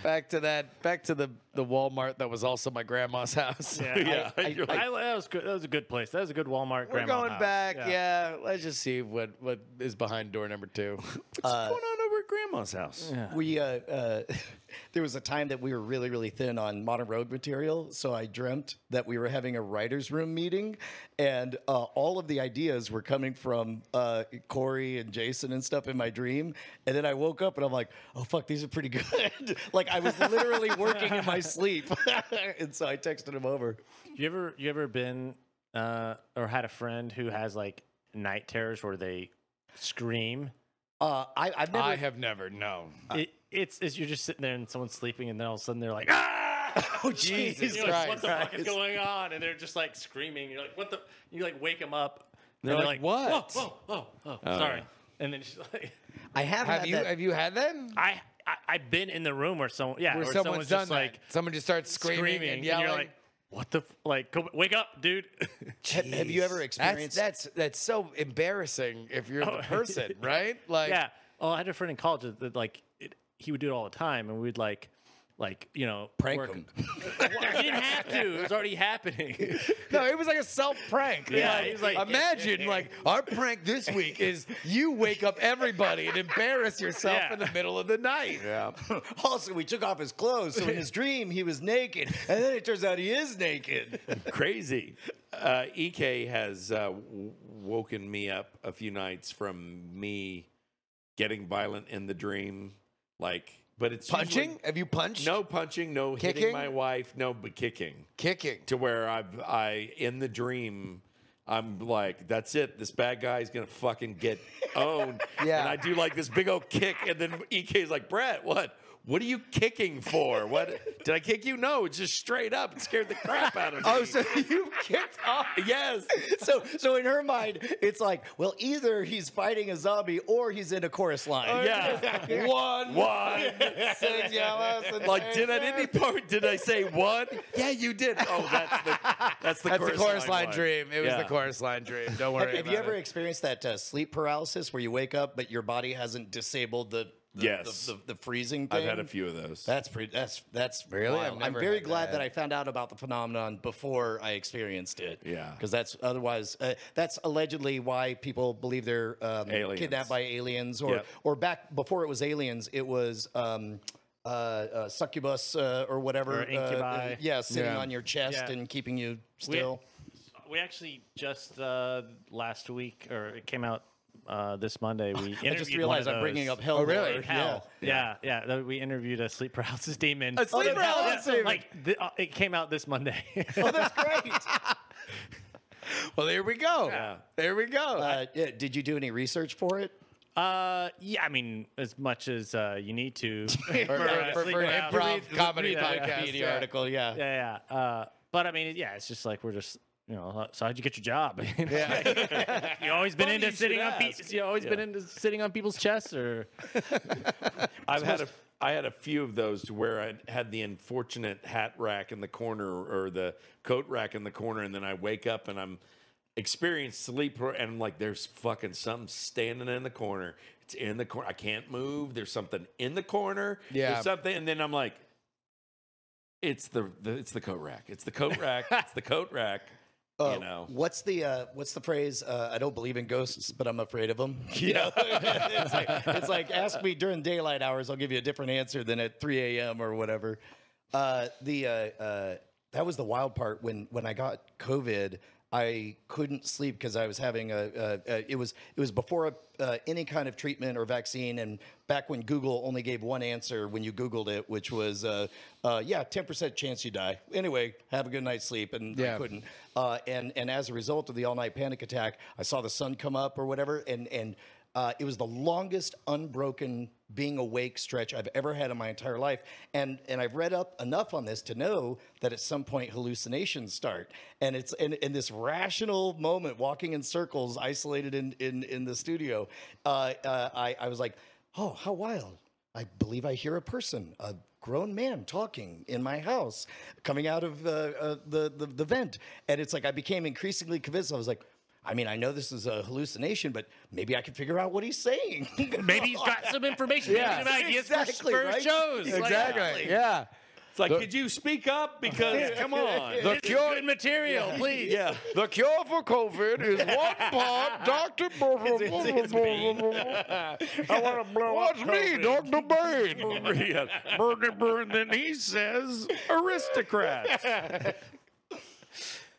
back to that, back to the the Walmart that was also my grandma's house.
Yeah, you're like-
I, that was good. That was a good place. That was a good Walmart.
We're
grandma
going
house.
back, yeah. Let's just see what what is behind door number two. Uh,
What's going on over at Grandma's house?
We uh, uh, there was a time that we were really really thin on modern road material, so I dreamt that we were having a writers' room meeting, and uh, all of the ideas were coming from uh, Corey and Jason and stuff in my dream. And then I woke up and I'm like, oh fuck, these are pretty good. like I was literally working in my sleep, and so I texted him over.
You ever you ever been uh, or had a friend who has like night terrors where they scream?
Uh, I, I've never.
I have never known.
it, it's, it's you're just sitting there and someone's sleeping and then all of a sudden they're like, ah!
Oh, Jesus
You're like, what
Christ.
the fuck is going on? And they're just like screaming. You're like, what the? You like wake them up. And
They're like, "What?"
Whoa, whoa, whoa, whoa. Sorry. And then she's like,
I have.
Have
had
you
that-
have you had that?
I, I I've been in the room where someone yeah
Where
or
someone's
someone's
done
just
like
like
someone just starts screaming,
screaming,
and yelling.
you're like, what the f- like? Go, wake up, dude.
have, have you ever
That's
experienced
that's that's so embarrassing if you're the
Oh.
person, right? Like,
yeah. Oh, I had a friend in college that, that, like it, he would do it all the time, and we'd like, like you know,
Prank
work-
'em.
Well, he didn't have to. It was already happening.
no, it was like a self prank.
Yeah,
like,
he was like-
imagine like our prank this week is you wake up everybody and embarrass yourself
Yeah.
in the middle of the night. Yeah,
Also, we took off his clothes, so in his dream he was naked, and then it turns out he is naked.
Crazy. Uh, Ek has uh, w- woken me up a few nights from me getting violent in the dream, like, but it's usually-
punching? Have you punched?
no punching, no
Kicking?
hitting my wife, no, but kicking.
kicking.
to where I've I in the dream I'm like, that's it. This bad guy is gonna fucking get owned.
Yeah.
And I do like this big old kick, and then EK's like, Brett, what? What are you kicking for? What did I kick you? No, it's just straight up. It scared the crap out of me.
Oh, so you kicked off?
yes.
So, so in her mind, it's like, well, either he's fighting a zombie or he's in a chorus
Oh,
line.
Yeah. one. One. like, did I did he part did I say one? Yeah, you did. Oh, that's the that's the
That's
chorus
the chorus line,
one.
dream. It was
Yeah.
the chorus line dream. Don't worry.
Have you
about
ever
it.
experienced that uh, sleep paralysis where you wake up but your body hasn't disabled the the,
Yes.
the, the, the freezing thing?
I've had a few of those.
That's pretty. That's that's
Really? I've
wild. I'm
never
very
had
glad
that.
that. I found out about the phenomenon before I experienced it.
Yeah.
because that's otherwise uh, that's allegedly why people believe they're um,
Aliens.
kidnapped by aliens, or
Yep.
or back before it was aliens, it was. Um, uh, uh, succubus uh, or whatever,
Or
uh,
incubi.
uh, yeah, sitting
Yeah.
on your chest
Yeah.
and keeping you
We-
still.
We actually just uh, last week, or it came out uh, this Monday. We interviewed
I just realized
one
I'm
of
bringing
those.
up hell.
Oh, really?
lore.
Hell. Yeah. yeah, that- We interviewed a sleep paralysis demon. A
sleep paralysis demon.
Like th- uh, it came out this Monday.
Yeah. Oh, that's great.
Well, there we go.
Yeah.
There we go.
uh, yeah, did you do any research for it?
uh, yeah, I mean, as much as uh, you need to
for,
uh,
for,
sleep
for an
paralysis.
improv comedy
yeah, yeah.
podcast.
Wikipedia
yeah.
article, yeah.
Yeah, yeah. Uh, but I mean, yeah, it's just like we're just. You know, so how'd you get your job? You know? you always been
Funny
into
you should
sitting on pe-
ask.
you always been into sitting on people's chests or
I've had a, I had a few of those to where I had the unfortunate hat rack in the corner or the coat rack in the corner, and then I wake up and I'm experienced sleep par- and I'm like, there's fucking something standing in the corner. It's in the corner. I can't move. There's something in the corner.
Yeah.
There's something, and then I'm like, it's the, the it's the coat rack. It's the coat rack. it's the coat rack.
Uh,
Oh.
you know.
what's the uh, what's the phrase? Uh, I don't believe in ghosts, but I'm afraid of them. Yeah, it's, like, it's like ask me during daylight hours, I'll give you a different answer than at 3 a.m. or whatever. Uh, the uh, uh, that was the wild part when when I got COVID. I couldn't sleep because I was having a, a, a. It was it was before uh, any kind of treatment or vaccine, and back when Google only gave one answer when you Googled it, which was, uh, uh, "Yeah, ten percent chance you die." Anyway, have a good night's sleep, and
Yeah.
I couldn't couldn't. Uh, and and as a result of the all night panic attack, I saw the sun come up or whatever, and and Uh, it was the longest unbroken being awake stretch I've ever had in my entire life, and and I've read up enough on this to know that at some point hallucinations start, and it's in, in this rational moment, walking in circles, isolated in in, in the studio. Uh, uh, I I was like, oh, how wild! I believe I hear a person, a grown man talking in my house, coming out of uh, uh, the, the the vent, and it's like I became increasingly convinced. I was like, I mean, I know this is a hallucination, but maybe I can figure out what he's saying.
Maybe he's got some information, maybe
Yeah.
some ideas for-
Exactly,
for,
right?
shows. Like,
Exactly. Yeah.
It's like, could you speak up? Because come on.
this is good material, please.
yeah.
The cure for COVID is one pot, Doctor.
it's
I want to blow Watch me, Doctor Bane.
Burger burn then he says aristocrats.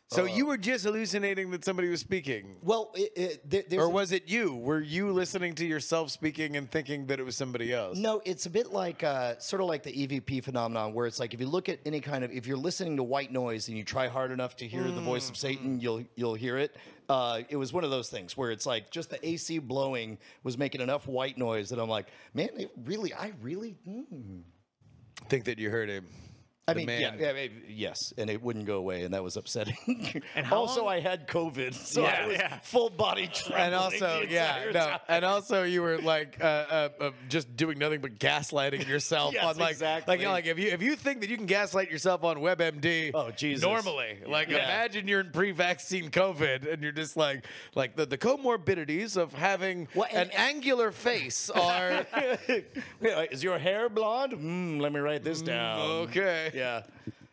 So you were just hallucinating that somebody was speaking,
well, it, it, there, there's
or was it you? Were you listening to yourself speaking and thinking that it was somebody else?
No, it's a bit like uh, sort of like the EVP phenomenon, where it's like if you look at any kind of if you're listening to white noise and you try hard enough to hear the voice of
Mm.
Satan, you'll you'll hear it. Uh, it was one of those things where it's like just the AC blowing was making enough white noise that I'm like, man, it really, I really, mm."
Think that you heard him.
I
The
mean, yeah,
man.
yeah, maybe- yes, and it wouldn't go away, and that was upsetting.
how
also,
long-
I had COVID, so I
Yeah,
was
yeah.
full body trembling.
and also,
the
yeah,
entire
no,
time.
and also you were like uh, uh, uh, just doing nothing but gaslighting yourself
Yes,
on like, like,
exactly.
you know, like if you if you think that you can gaslight yourself on WebMD,
Oh, Jesus.
normally, like imagine you're in pre-vaccine COVID and you're just like, like the, the comorbidities of having
Well,
an
and-
angular face are
Yeah, Is your hair blonde? Mm, let me write this down.
okay.
Yeah.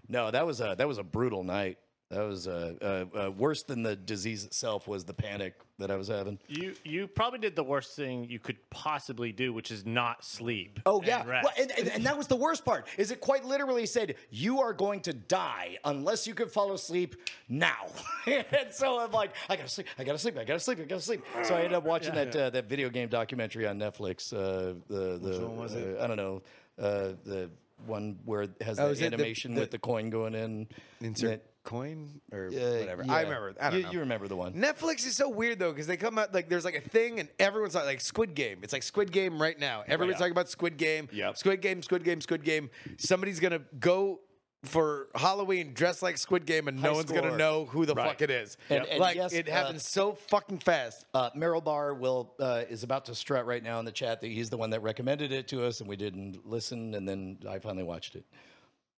No, that was a that was a brutal night. That was uh, uh, uh, worse than the disease itself was the panic that I was having.
You you probably did the worst thing you could possibly do, which is not sleep.
Oh
and
yeah,
rest.
well, and, and, and that was the worst part. Is it quite literally said you are going to die unless you can fall asleep now? and so I'm like, I gotta sleep, I gotta sleep, I gotta sleep, I gotta sleep. So I ended up watching that Uh, that video game documentary on Netflix. Uh, the the uh, I don't know uh, the one where it has
Oh, is
the
it the-
animation
the-
with the coin going in.
Insert
That-
coin or
uh,
whatever. I
yeah.
remember. I don't
you,
know.
You remember the one?
Netflix is so weird though because they come out like there's like a thing and everyone's like, like Squid Game. It's like Squid Game right now. Everybody's talking about Squid Game.
Yep.
Squid Game. Squid Game. Squid Game. Somebody's gonna go for Halloween dressed like Squid Game and no one's gonna
score.
know who the
Right.
fuck it is.
And- and
like
yes,
it
uh,
happens so fucking fast.
Uh, Merrill Barr will uh, is about to strut right now in the chat that he's the one that recommended it to us, and we didn't listen, and then I finally watched it.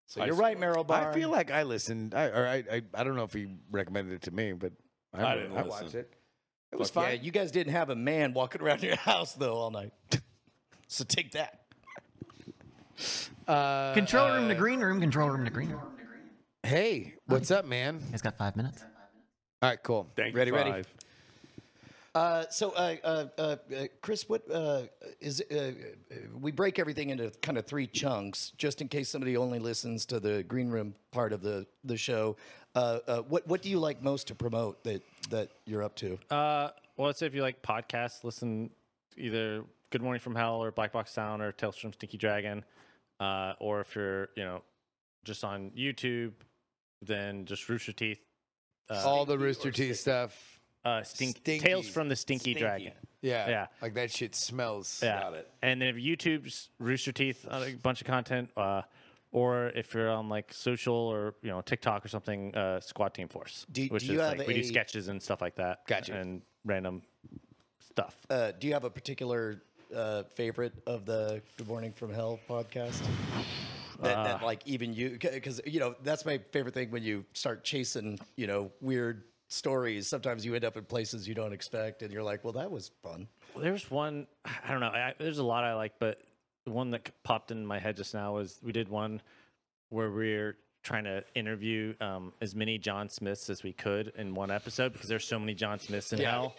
So you're right, Merrill Barr.
I feel like I listened. I or I, I I don't know if he recommended it to me, but I,
I
re-
didn't
I
listen.
watched it. It was
yeah,
fine.
you guys didn't have a man walking around your house though all night, so take that.
Uh,
Control room to green room, control room to green room.
hey, what's up, man?
He's got five minutes.
All right, cool.
Thank you,
ready, ready.
five.
Uh, so, uh, uh, uh, uh, Chris, what uh, is uh, uh, we break everything into kind of three chunks, just in case somebody only listens to the green room part of the the show. Uh, uh, what what do you like most to promote that that you're up to?
Uh, well, let's say if you like podcasts, listen to either Good Morning from Hell or Black Box Sound or Tales from Stinky Dragon. Uh, or if you're, you know, just on YouTube, then just Rooster Teeth,
Uh, All the Rooster Teeth stuff.
uh, stink,
Stinky.
Tales from the Stinky,
Stinky.
Dragon.
Yeah.
Yeah.
Like that shit smells.
Yeah.
Got it.
And then if YouTube's Rooster Teeth, uh, a bunch of content. Uh, or if you're on like social or you know TikTok or something, uh, Squad Team Force,
Do-
which
do
is
you have
like we do
a-
sketches and stuff like that.
Gotcha.
And random stuff.
Uh, do you have a particular uh, favorite of the Good Morning from Hell podcast? That, that
Ah.
like even you because you know that's my favorite thing when you start chasing you know weird stories. Sometimes you end up in places you don't expect, and you're like, well, that was fun.
There's one I don't know. I, there's a lot I like, but the one that popped in my head just now was we did one where we're trying to interview um, as many John Smiths as we could in one episode because there's so many John Smiths in hell.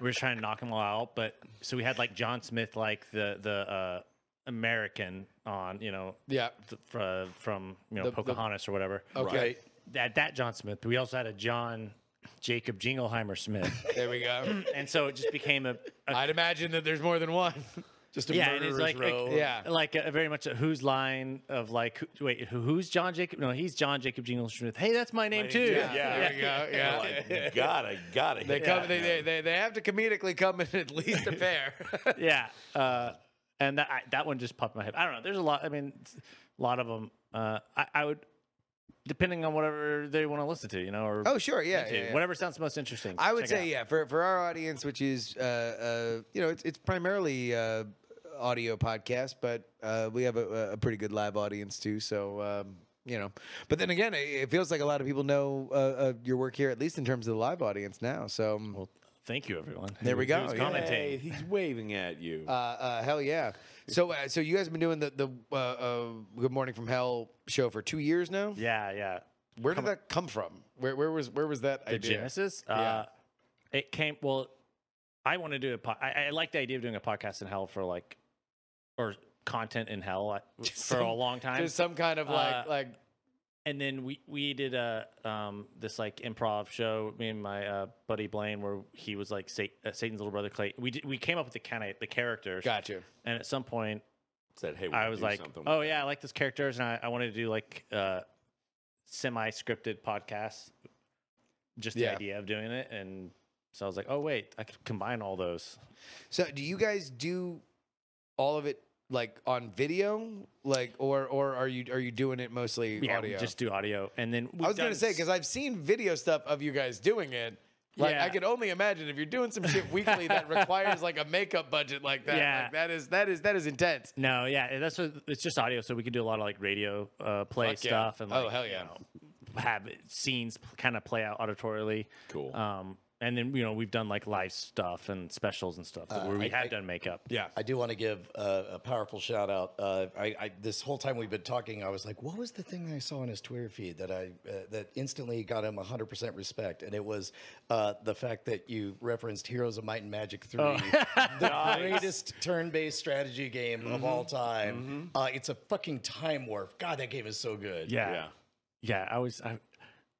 we were trying to knock them all out, but so we had like John Smith, like the the uh, American on, you know,
Yeah.
th- fr- uh, from you know Pocahontas or whatever.
Okay.
That that John Smith. We also had a John Jacob Jingleheimer Smith.
There we go.
and so it just became a, a
I'd imagine that there's more than one.
Just a
yeah, it
murderer's
is like a-
row.
Yeah.
like a, very much a who's line of like who, wait who, who's John Jacob? No, he's John Jacob Jingle Smith. Hey, that's my name too.
Yeah,
there we go. Yeah.
Like, God, I gotta
They
hit
come.
that
They,
now.
they, they, they have to comedically come in at least a pair.
yeah. Uh, and that I, that one just popped in my head. I don't know. There's a lot. I mean, it's a lot of them. Uh, I, I would, depending on whatever they want to listen to, you know, or
oh sure, yeah,
to,
yeah, yeah.
whatever sounds most interesting.
I would
check it
say
out.
yeah for for our audience, which is uh, uh, you know it's it's primarily uh, audio podcast, but uh, we have a, a pretty good live audience too. So um, you know, but then again, it, it feels like a lot of people know uh, uh, your work here, at least in terms of the live audience now. So um,
Thank you, everyone.
there we go.
Who's
yeah.
commenting?
Hey, he's waving at you.
Uh, uh, hell yeah. So uh, so you guys have been doing the the uh, uh, Good Morning from Hell show for two years now.
Yeah, yeah.
Where did that come from? Where where was where was that
The
idea?
Genesis. Uh, it came. Well, I want to do a. Po- I, I like the idea of doing a podcast in hell for like, or content in hell I- for a long time.
There's some kind of like
Uh,
like
and then we we did a um this like improv show me and my uh, buddy Blaine where he was like Sa- uh, Satan's little brother Clay we did, we came up with the kind of the characters
gotcha.
and at some point
Said, hey, we
I
can
was
do
like
something with
oh yeah I like those characters and I, I wanted to do like uh semi scripted podcasts just the
Yeah.
idea of doing it and so I was like oh wait I could combine all those
So do you guys do all of it like on video, like or or are you are you doing it mostly
yeah we
audio?
just do audio and then
I was gonna say because I've seen video stuff of you guys doing it. Like
Yeah.
I could only imagine if you're doing some shit weekly that requires like a makeup budget like that.
Yeah.
Like, that is that is that is intense.
no yeah that's what, it's just audio so we can do a lot of like radio uh play
Fuck yeah.
stuff and like,
oh hell
you
yeah.
know, have it- scenes kind of play out auditorily.
Cool.
Um, and then you know we've done like live stuff and specials and stuff where we have done makeup.
Uh, Yeah.
I do want to give uh, a powerful shout out. Uh, I, I this whole time we've been talking, I was like, "What was the thing that I saw on his Twitter feed that I uh, that instantly got him 100 percent respect?" And it was uh, the fact that you referenced Heroes of Might and Magic Three,
Oh.
the greatest turn-based strategy game
Mm-hmm.
of all time. Uh, it's a fucking time warp. God, that game is so good.
Yeah. Yeah.
Yeah.
I was. I,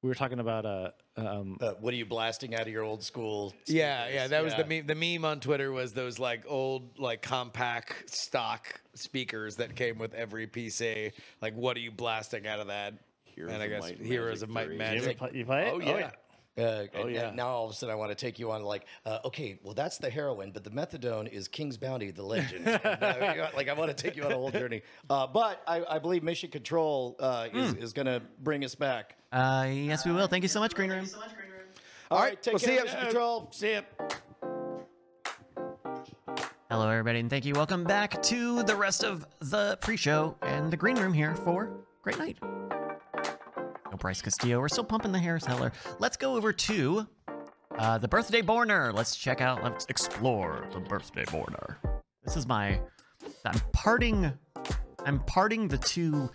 we were talking about uh, um,
Uh, what are you blasting out of your old school?
Yeah,
speakers?
yeah, that was the
Yeah.
meme. The meme on Twitter was those like old, like compact stock speakers that came with every PC. Like, what are you blasting out of that?
Heroes
and I
of
guess
Might and
Heroes of
Magic
Might and
3.
you, ever
Magic.
play, you play it?
Oh, yeah.
Uh,
Oh,
and-
yeah.
and now all of a sudden, I want to take you on like, uh, okay, well, that's the heroin, but the methadone is King's Bounty, the legend. And, uh, you know, like, I want to take you on a whole journey. Uh, but I, I believe Mission Control uh, is, is going to bring us back.
Uh, yes, we will. Thank you so much, Green Room.
all right, take
we'll see
care,
ya.
Mission Control.
See ya.
Hello, everybody, and thank you. Welcome back to the rest of the pre show and the Green Room here for Great Night. No Bryce Castillo. We're still pumping the Harris Heller. Let's go over to uh, the Birthday Borner. Let's check out, let's explore the Birthday Borner. This is my, I'm parting, I'm parting the two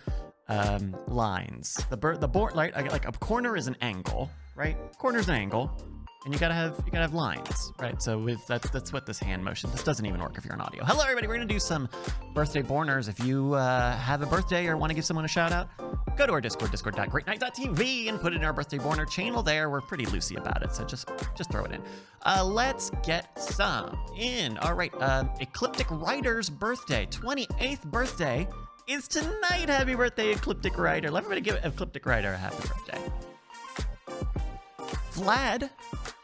um, lines. The bir- the born like, like a corner is an angle, right? Corner's an angle, and you gotta have you gotta have lines, right? So with that's that's what this hand motion. This doesn't even work if you're on audio. Hello, everybody. We're gonna do some birthday borners. If you uh, have a birthday or want to give someone a shout out, go to our Discord, Discord.greatnight.tv, and put it in our birthday borner channel. There, we're pretty loosey about it, so just just throw it in. Uh, let's get some in. All right, um, Ecliptic Rider's birthday, 28th birthday is tonight. Happy birthday, Ecliptic Rider. Let everybody give Ecliptic Rider a happy birthday. Vlad,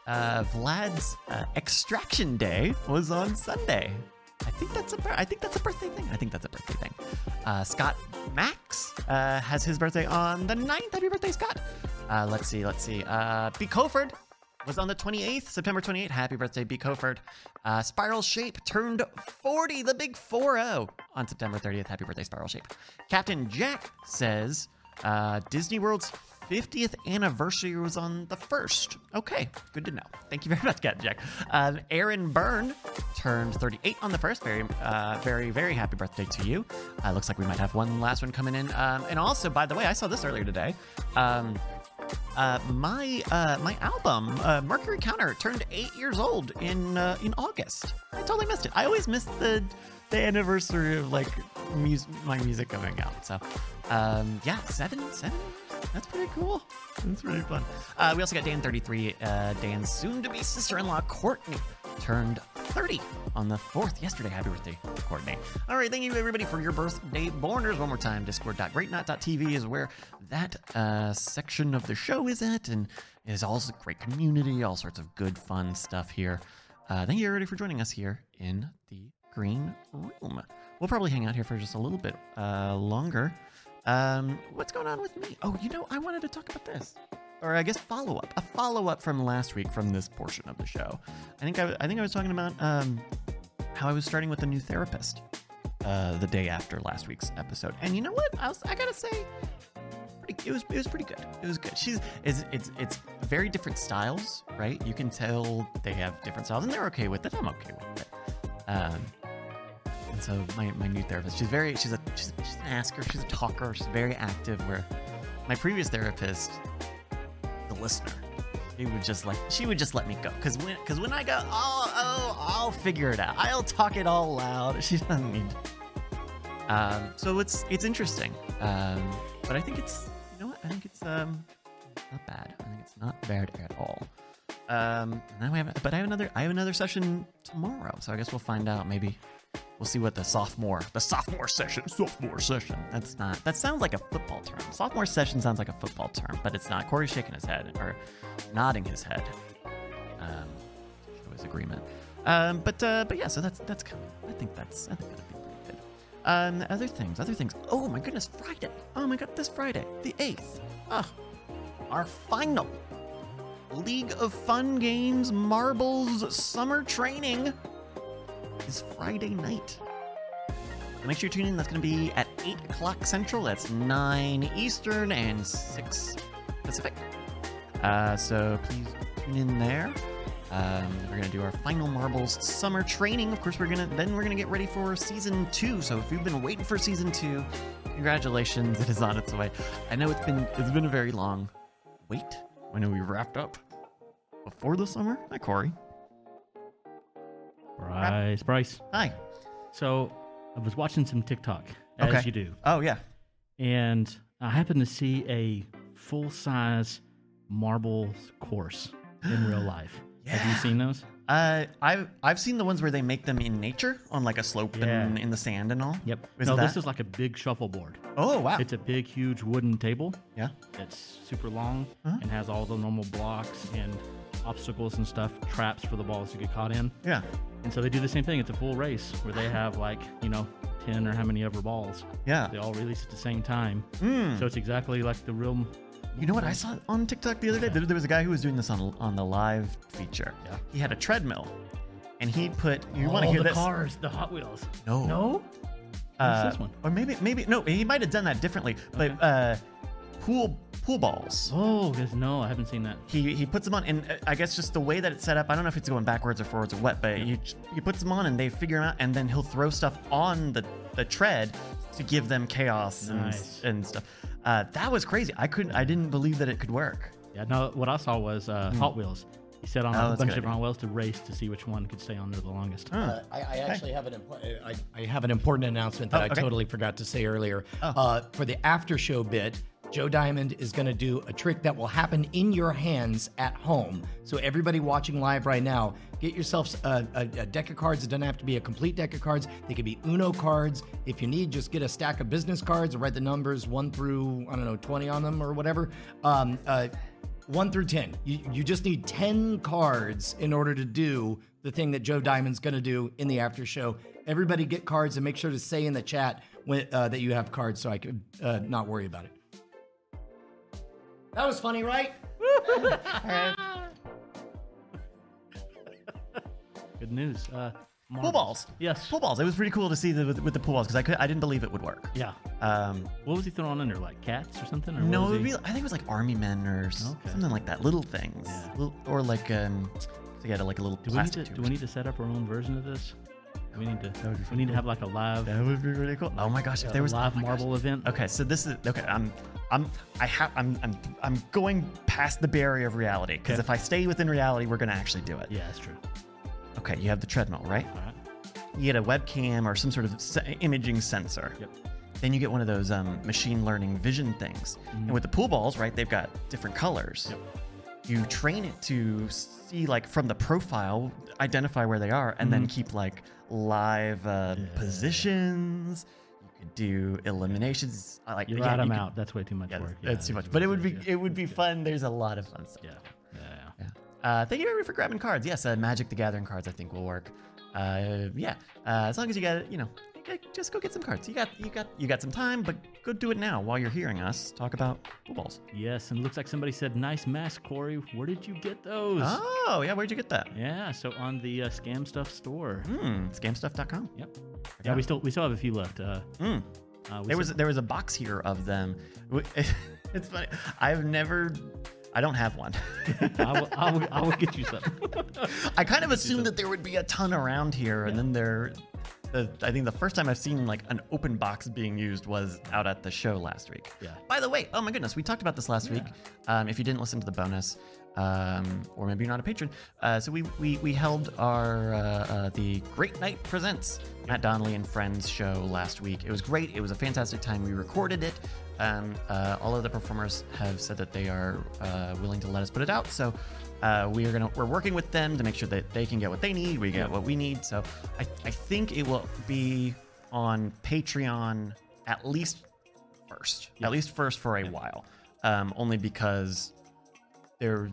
uh, Vlad's uh, extraction day was on Sunday. I think that's a bir- I think that's a birthday thing. I think that's a birthday thing. Uh, Scott Max uh, has his birthday on the 9th. Happy birthday, Scott. Uh, let's see, let's see. Uh, B. Coford was on the 28th, September 28th. Happy birthday, B. Coford. Uh, Spiral Shape turned 40, the big 4 0 on September 30th. Happy birthday, Spiral Shape. Captain Jack says uh, Disney World's 50th anniversary was on the 1st. Okay, good to know. Thank you very much, Captain Jack. Um, Aaron Byrne turned 38 on the 1st. Very, uh, very, very happy birthday to you. Uh, looks like we might have one last one coming in. Um, and also, by the way, I saw this earlier today. Um, uh, my uh, my album uh, Mercury Counter turned eight years old in uh, in August. I totally missed it. I always miss the the anniversary of like mus- my music coming out. So, um, yeah, seven, seven. That's pretty cool. That's pretty fun. Uh, we also got Dan 33, uh, Dan's soon-to-be sister-in-law Courtney turned 30 on the 4th yesterday. Happy birthday, Courtney. All right, thank you everybody for your birthday borners. One more time, discord.greatnot.tv is where that uh, section of the show is at, and it is also a great community, all sorts of good, fun stuff here. Uh, thank you everybody for joining us here in the green room. We'll probably hang out here for just a little bit uh, longer. Um, what's going on with me? Oh, you know, I wanted to talk about this or I guess follow up, a follow up from last week from this portion of the show. I think I, I think I was talking about um, how I was starting with a new therapist uh, the day after last week's episode, and you know what? I, was, I gotta say, pretty, it was it was pretty good. It was good. She's it's it's it's very different styles, right? You can tell they have different styles, and they're okay with it. I'm okay with it. Um, and so my, my new therapist, she's very she's a she's, she's an asker, she's a talker, she's very active. Where my previous therapist, the listener. She would just like she would just let me go because when because when I go, oh oh, I'll figure it out. I'll talk it all loud. She doesn't need. Um, so it's it's interesting, um, but I think it's you know what I think it's um not bad. I think it's not bad at all. Um, now we have but I have another I have another session tomorrow, so I guess we'll find out. Maybe we'll see what the sophomore the sophomore session sophomore session. That's not that sounds like a football term. Sophomore session sounds like a football term, but it's not. Corey's shaking his head or nodding his head. Um, show his agreement. Um, but uh, but yeah, so that's that's coming. I think that's I think that'll be pretty good. Um, other things, other things. Oh my goodness, Friday. Oh my god, this Friday, the eighth. Ah, our final League of Fun Games Marbles Summer Training is Friday night. So make sure you tune in. That's going to be at 8 o'clock Central. That's 9 Eastern and 6 Pacific. Uh, so please tune in there. Um, we're gonna do our final marbles summer training. Of course, we're gonna then we're gonna get ready for season two. So if you've been waiting for season two, congratulations, it is on its way. I know it's been it's been a very long wait. I know we wrapped up before the summer. Hi, Corey.
Bryce, Bryce.
Hi.
So I was watching some TikTok, as
Okay.
you do,
Oh yeah.
and I happened to see a full size marbles course in real life. Have you
Yeah.
seen those?
Uh, I've I've seen the ones where they make them in nature on like a slope and
Yeah.
in the sand and all.
Yep.
Is
no,
that?
this is like a big shuffleboard.
oh wow.
It's a big, huge wooden table
yeah.
that's super long and has all the normal blocks and obstacles and stuff, traps for the balls to get caught in.
Yeah.
And so they do the same thing. It's a full race where they have like, you know, 10 or how many ever balls.
Yeah. Hmm.
They all release at the same time. So it's exactly like the real.
You know what I saw on TikTok the other day? There there was a guy who was doing this on on the live feature.
Yeah.
He had a treadmill, and he put. You want to
all
hear
the
this?
cars, the Hot Wheels.
No.
No?
Uh,
this one?
Or maybe maybe no. He might have done that differently. But uh, pool pool balls.
Oh, there's no, I haven't seen that.
He, he puts them on, and uh, I guess just the way that it's set up, I don't know if it's going backwards or forwards or what, but you he puts them on and they figure 'em out, and then he'll throw stuff on the, the tread to give them chaos and,
Nice.
and stuff. Uh, that was crazy. I couldn't, I didn't believe that it could work.
Yeah, no, what I saw was uh, Hot Wheels. He set on
Hmm. Oh,
a
that's a
bunch
good
of
idea.
different Hot Wheels to race to see which one could stay on there the longest.
Uh, I, I actually have an important. I, I have an important announcement that
Oh, okay.
I totally forgot to say earlier. Uh, for the after show bit, Joe Diamond is going to do a trick that will happen in your hands at home. So everybody watching live right now, get yourselves a, a, a deck of cards. It doesn't have to be a complete deck of cards. They could be Uno cards. If you need, just get a stack of business cards and write the numbers one through I don't know twenty on them or whatever. Um, uh, one through 10. You, you just need 10 cards in order to do the thing that Joe Diamond's going to do in the after show. Everybody get cards and make sure to say in the chat when, uh, that you have cards so I could uh, not worry about it. That was funny, right?
Good news. Uh,
Pool
marbles.
balls.
Yes.
Pool balls. It was pretty cool to see the, with, with the pool balls because I, could- I didn't believe it would work.
Yeah.
Um,
What was he throwing under? Like cats or something? Or what
no,
was
it would
he-
be, I think it was like army men or s-
Okay.
something like that. Little things. Little- or like, um, they had like a little
Do we, need
plastic
to,
tube
do we need to set up our own version of this? Do we need to. We need to have like a live,
That would be really cool. Oh my gosh, if
a
there was
live
oh my gosh.
marble event.
Okay, so this is okay. I'm, I'm, I have, I'm, I'm, I'm going past the barrier of reality because
Okay.
if I stay within reality, we're gonna actually do it.
Yeah, that's true.
Okay, you have the treadmill, right?
All right.
you get a webcam or some sort of se- imaging sensor. Then you get one of those um, machine learning vision things. And
Mm-hmm.
with the pool balls, right, they've got different colors. You train it to see, like, from the profile, identify where they are, and
Mm-hmm.
then keep, like, live uh, positions. You could do eliminations. I Like,
You
again,
rat them
could-
out. That's way too much
yeah,
work.
that's too
Yeah,
much. But it would be
yeah.
it would be fun. There's a lot of fun stuff.
Yeah. Yeah. yeah.
Uh, thank you everybody for grabbing cards. Yes, uh, Magic the Gathering cards I think will work. Uh, yeah, uh, as long as you got you know, you got- just go get some cards. You got you got you got some time, but go do it now while you're hearing us talk about pool balls.
Yes, and looks like somebody said, "Nice mask, Corey. Where did you get those?"
Oh yeah, where'd you get that?
Yeah, so on the uh, scam stuff store.
Hmm, scamstuff.com.
Yep.
it
Yeah, we
out.
still we still have a few left. Uh,
Mm.
uh, we
There was
still-
there was a box here of them. W- It's funny. I've never. I don't have one.
I will, I, will, I will get you some.
I kind of assumed that there would be a ton around here, and then there. The, I think the first time I've seen like an open box being used was out at the show last week.
Yeah.
By the way, oh my goodness, we talked about this last week. Um, if you didn't listen to the bonus, um, or maybe you're not a patron, uh, so we we, we held our uh, uh, the Great Night Presents Matt Donnelly and Friends show last week. It was great. It was a fantastic time. We recorded it. Um, uh, all of the performers have said that they are uh, willing to let us put it out. So uh, we are gonna we're working with them to make sure that they can get what they need, we get what we need. So I, I think it will be on Patreon at least first, at least first for a while, um, only because there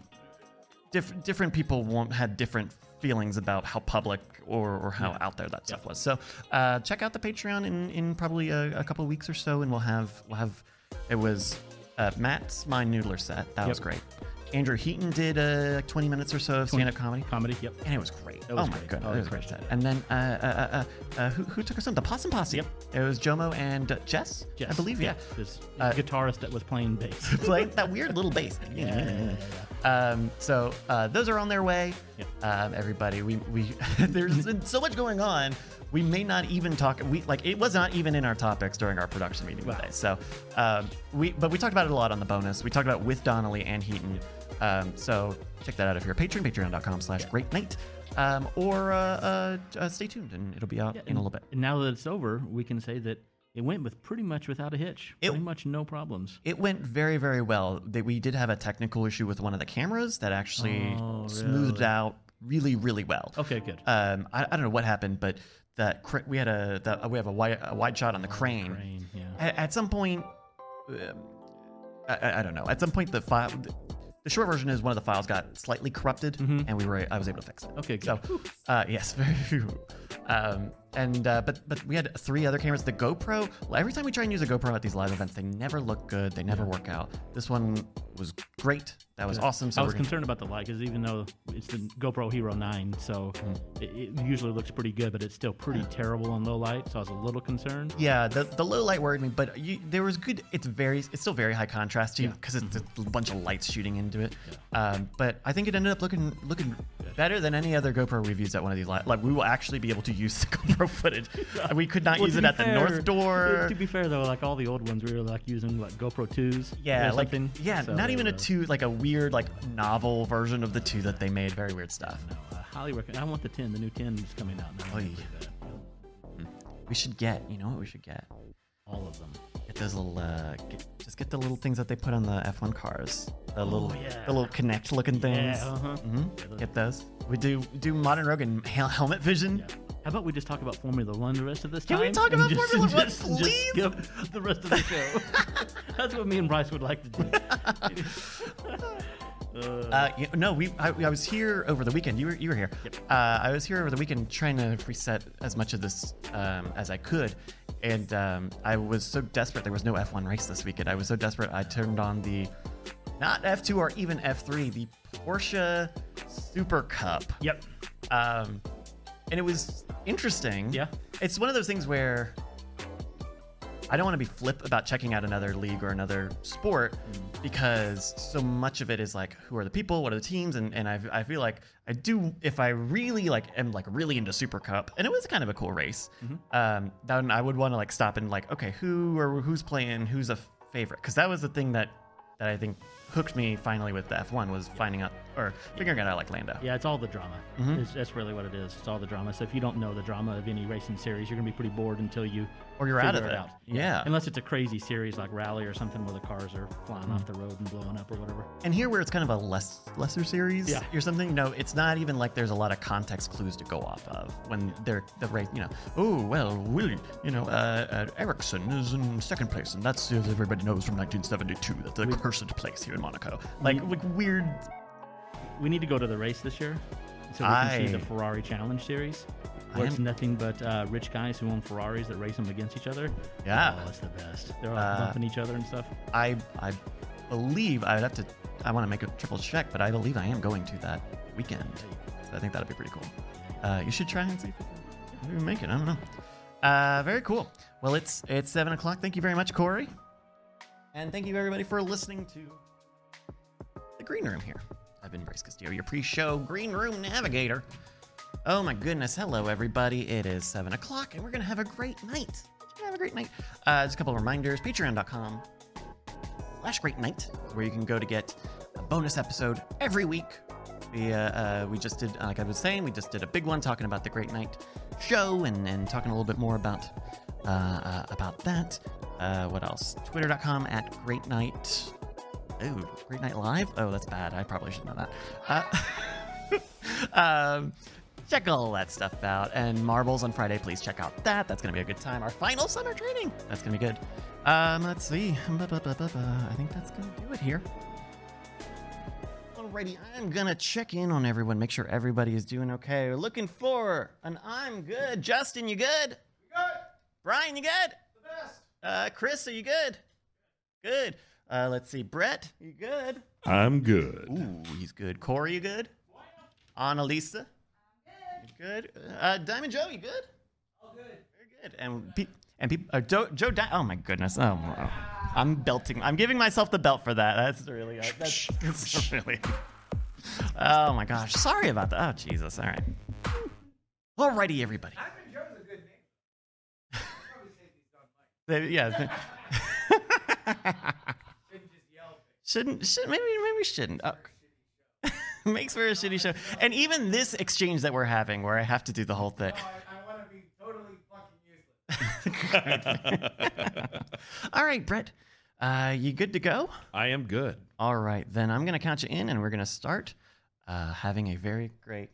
diff- different people want, had different feelings about how public or, or how out there that stuff was. So uh, check out the Patreon in, in probably a, a couple weeks or so, and we'll have we'll have it was uh, Matt's my noodler set that was great. Andrew Heaton did uh, like 20 minutes or so of stand-up comedy
Comedy. Yep.
and it was great.
was
oh my
great.
goodness,
Oh,
it was a great set. And then uh, uh, uh, uh, who, who took us on? The Possum Posse.
Yep.
It was Jomo and uh, Jess, I
Yes,
believe. Yeah.
This
Uh,
guitarist that was playing bass.
Playing that weird little bass. Um, so uh, those are on their way. Um, everybody, we we there's been so much going on. We may not even talk. We like it was not even in our topics during our production meeting today. So um, we but we talked about it a lot on the bonus. We talked about it with Donnelly and Heaton. Um, so check that out if you're a patron. Patreon.com/slash Great Night. Um, or uh, uh, uh, stay tuned and it'll be out in a little bit.
And now that it's over, we can say that it went with pretty much without a hitch.
It-
pretty much no problems.
It went very, very well. That we did have a technical issue with one of the cameras that actually
Oh,
smoothed
really?
out really, really well.
Okay, good.
Um, I, I don't know what happened, but that cr- we had a that, we have a wide, a wide shot on the crane.
Rain, yeah.
At, at some point, um, I- I, I don't know. At some point, the file, the, short version is one of the files got slightly corrupted, and we were I was able to fix it.
Mm-hmm. Okay, good.
So, uh, yes, very. um, and uh, but but we had three other cameras. The GoPro. well, Every time we try and use a GoPro at these live events, they never look good. They never work out. This one was great. That was awesome. So
I
we're
was
gonna-
concerned about the light because even though it's the GoPro Hero 9, so
Mm-hmm.
it, it usually looks pretty good, but it's still pretty terrible in low light. So I was a little concerned.
Yeah, the, the low light worried me, but you, there was good. It's very, it's still very high contrast too, because it's
Mm-hmm.
a bunch of lights shooting into it. Um, but I think it ended up looking looking better than any other GoPro we've used at one of these. Li- like we will actually be able to use the GoPro footage. We could not
Well,
use
to
it
be
at the
fair-
north door.
To be fair though, like all the old ones, we were like using like GoPro twos.
Yeah,
or
like
something.
yeah,
So,
not even a
uh,
two, like a weird like novel version of the two that they made. Very weird stuff.
No, I highly recommend. I want the ten. The new ten is coming out. Now.
Oy. We should get, you know what we should get?
All of them.
Get those little, uh, get, just get the little things that they put on the F1 cars. The little,
Oh, yeah.
the little connect looking things.
Yeah. Uh-huh.
Mhm. Get those. We do do modern rogue and hel- helmet vision.
How about we just talk about Formula One the rest of this
Can
time?
we talk
and
about Formula One,
and
please?
skip the rest of the show. That's what me and Bryce would like to do.
Uh, you- no, we I, I was here over the weekend. You were you were here. Uh, I was here over the weekend trying to reset as much of this um, as I could, and um, I was so desperate. There was no F1 race this weekend. I was so desperate. I turned on the not F2 or even F3, the Porsche Super Cup.
Yep.
um, and it was interesting.
Yeah.
it's one of those things where I don't want to be flip about checking out another league or another sport
Mm.
because so much of it is like, who are the people, what are the teams, and and I, I feel like I do if I really like am like really into Super Cup, and it was kind of a cool race.
Mm-hmm.
Um, then I would want to like stop and like, okay, who or who's playing, who's a favorite, because that was the thing that that I think hooked me finally with the F1 was finding out or figuring out I like Lando.
Yeah, it's all the drama.
Mm-hmm.
It's, that's really what it is. It's all the drama. So if you don't know the drama of any racing series, you're gonna be pretty bored until you
Or you're out of
figure
it. Yeah.
Unless it's a crazy series like Rally or something where the cars are flying off
Mm-hmm.
the road and blowing up or whatever.
And here, where it's kind of a less lesser series
Yeah.
or something, you know, it's not even like there's a lot of context clues to go off of when they're the race. You know, oh well, Willie, you know, uh, uh, Erickson is in second place, and that's as everybody knows from 1972. That's the cursed place here in Monaco. Like, like weird.
We need to go to the race this year, so we can see
I-
the Ferrari Challenge Series.
I
Where it's
am-
nothing but uh, rich guys who own Ferraris that race them against each other.
Yeah.
oh, that's the best. They're all
Uh,
bumping each other and stuff.
I I believe I'd have to. I want to make a triple check, but I believe I am going to that weekend. So I think that'd be pretty cool. Uh, you should try and see if you can maybe make it. I don't know. Uh, very cool. Well, it's it's seven o'clock. Thank you very much, Corey, and thank you everybody for listening to the green room here. I've been Bryce Castillo, your pre-show green room navigator. Oh my goodness. Hello, everybody. It is 7 o'clock, and we're going to have a great night. We're gonna Have a great night. Uh, just a couple of reminders patreon.com slash great night, where you can go to get a bonus episode every week. We, uh, uh, we just did, like I was saying, we just did a big one talking about the Great Night show and, and talking a little bit more about uh, uh, about that. Uh, what else? Twitter.com at Great Night. Oh, Great Night Live? Oh, that's bad. I probably should know that. Uh, um, check all that stuff out. And Marbles on Friday, please check out that. That's going to be a good time. Our final summer training. That's going to be good. Um, let's see. Ba-ba-ba-ba-ba. I think that's going to do it here. Alrighty, I'm gonna check in on everyone, make sure everybody is doing okay. We're looking for an I'm good. Justin, you good? Brian, you good? The best. Uh, Chris, are you good? Good. Uh, let's see. Brett, you good?
I'm good.
Ooh, he's good. Corey, you good? Annalisa? You good? Uh, Diamond Joe, you good? All good. Very good. And pe- and pe- uh, Joe, Joe Di- oh my goodness. Oh, wow. I'm belting. I'm giving myself the belt for that. That's really, uh, that's, that's really. Oh my gosh. Sorry about that. Oh, Jesus. All right. Alrighty, everybody. They- yeah. it's been- shouldn't should maybe maybe shouldn't. Oh. Makes for a shitty show. And even this exchange that we're having, where I have to do the whole thing. All right, Brett, uh, you good to go?
I am good.
All right, then I'm going to count you in and we're going to start uh, having a very great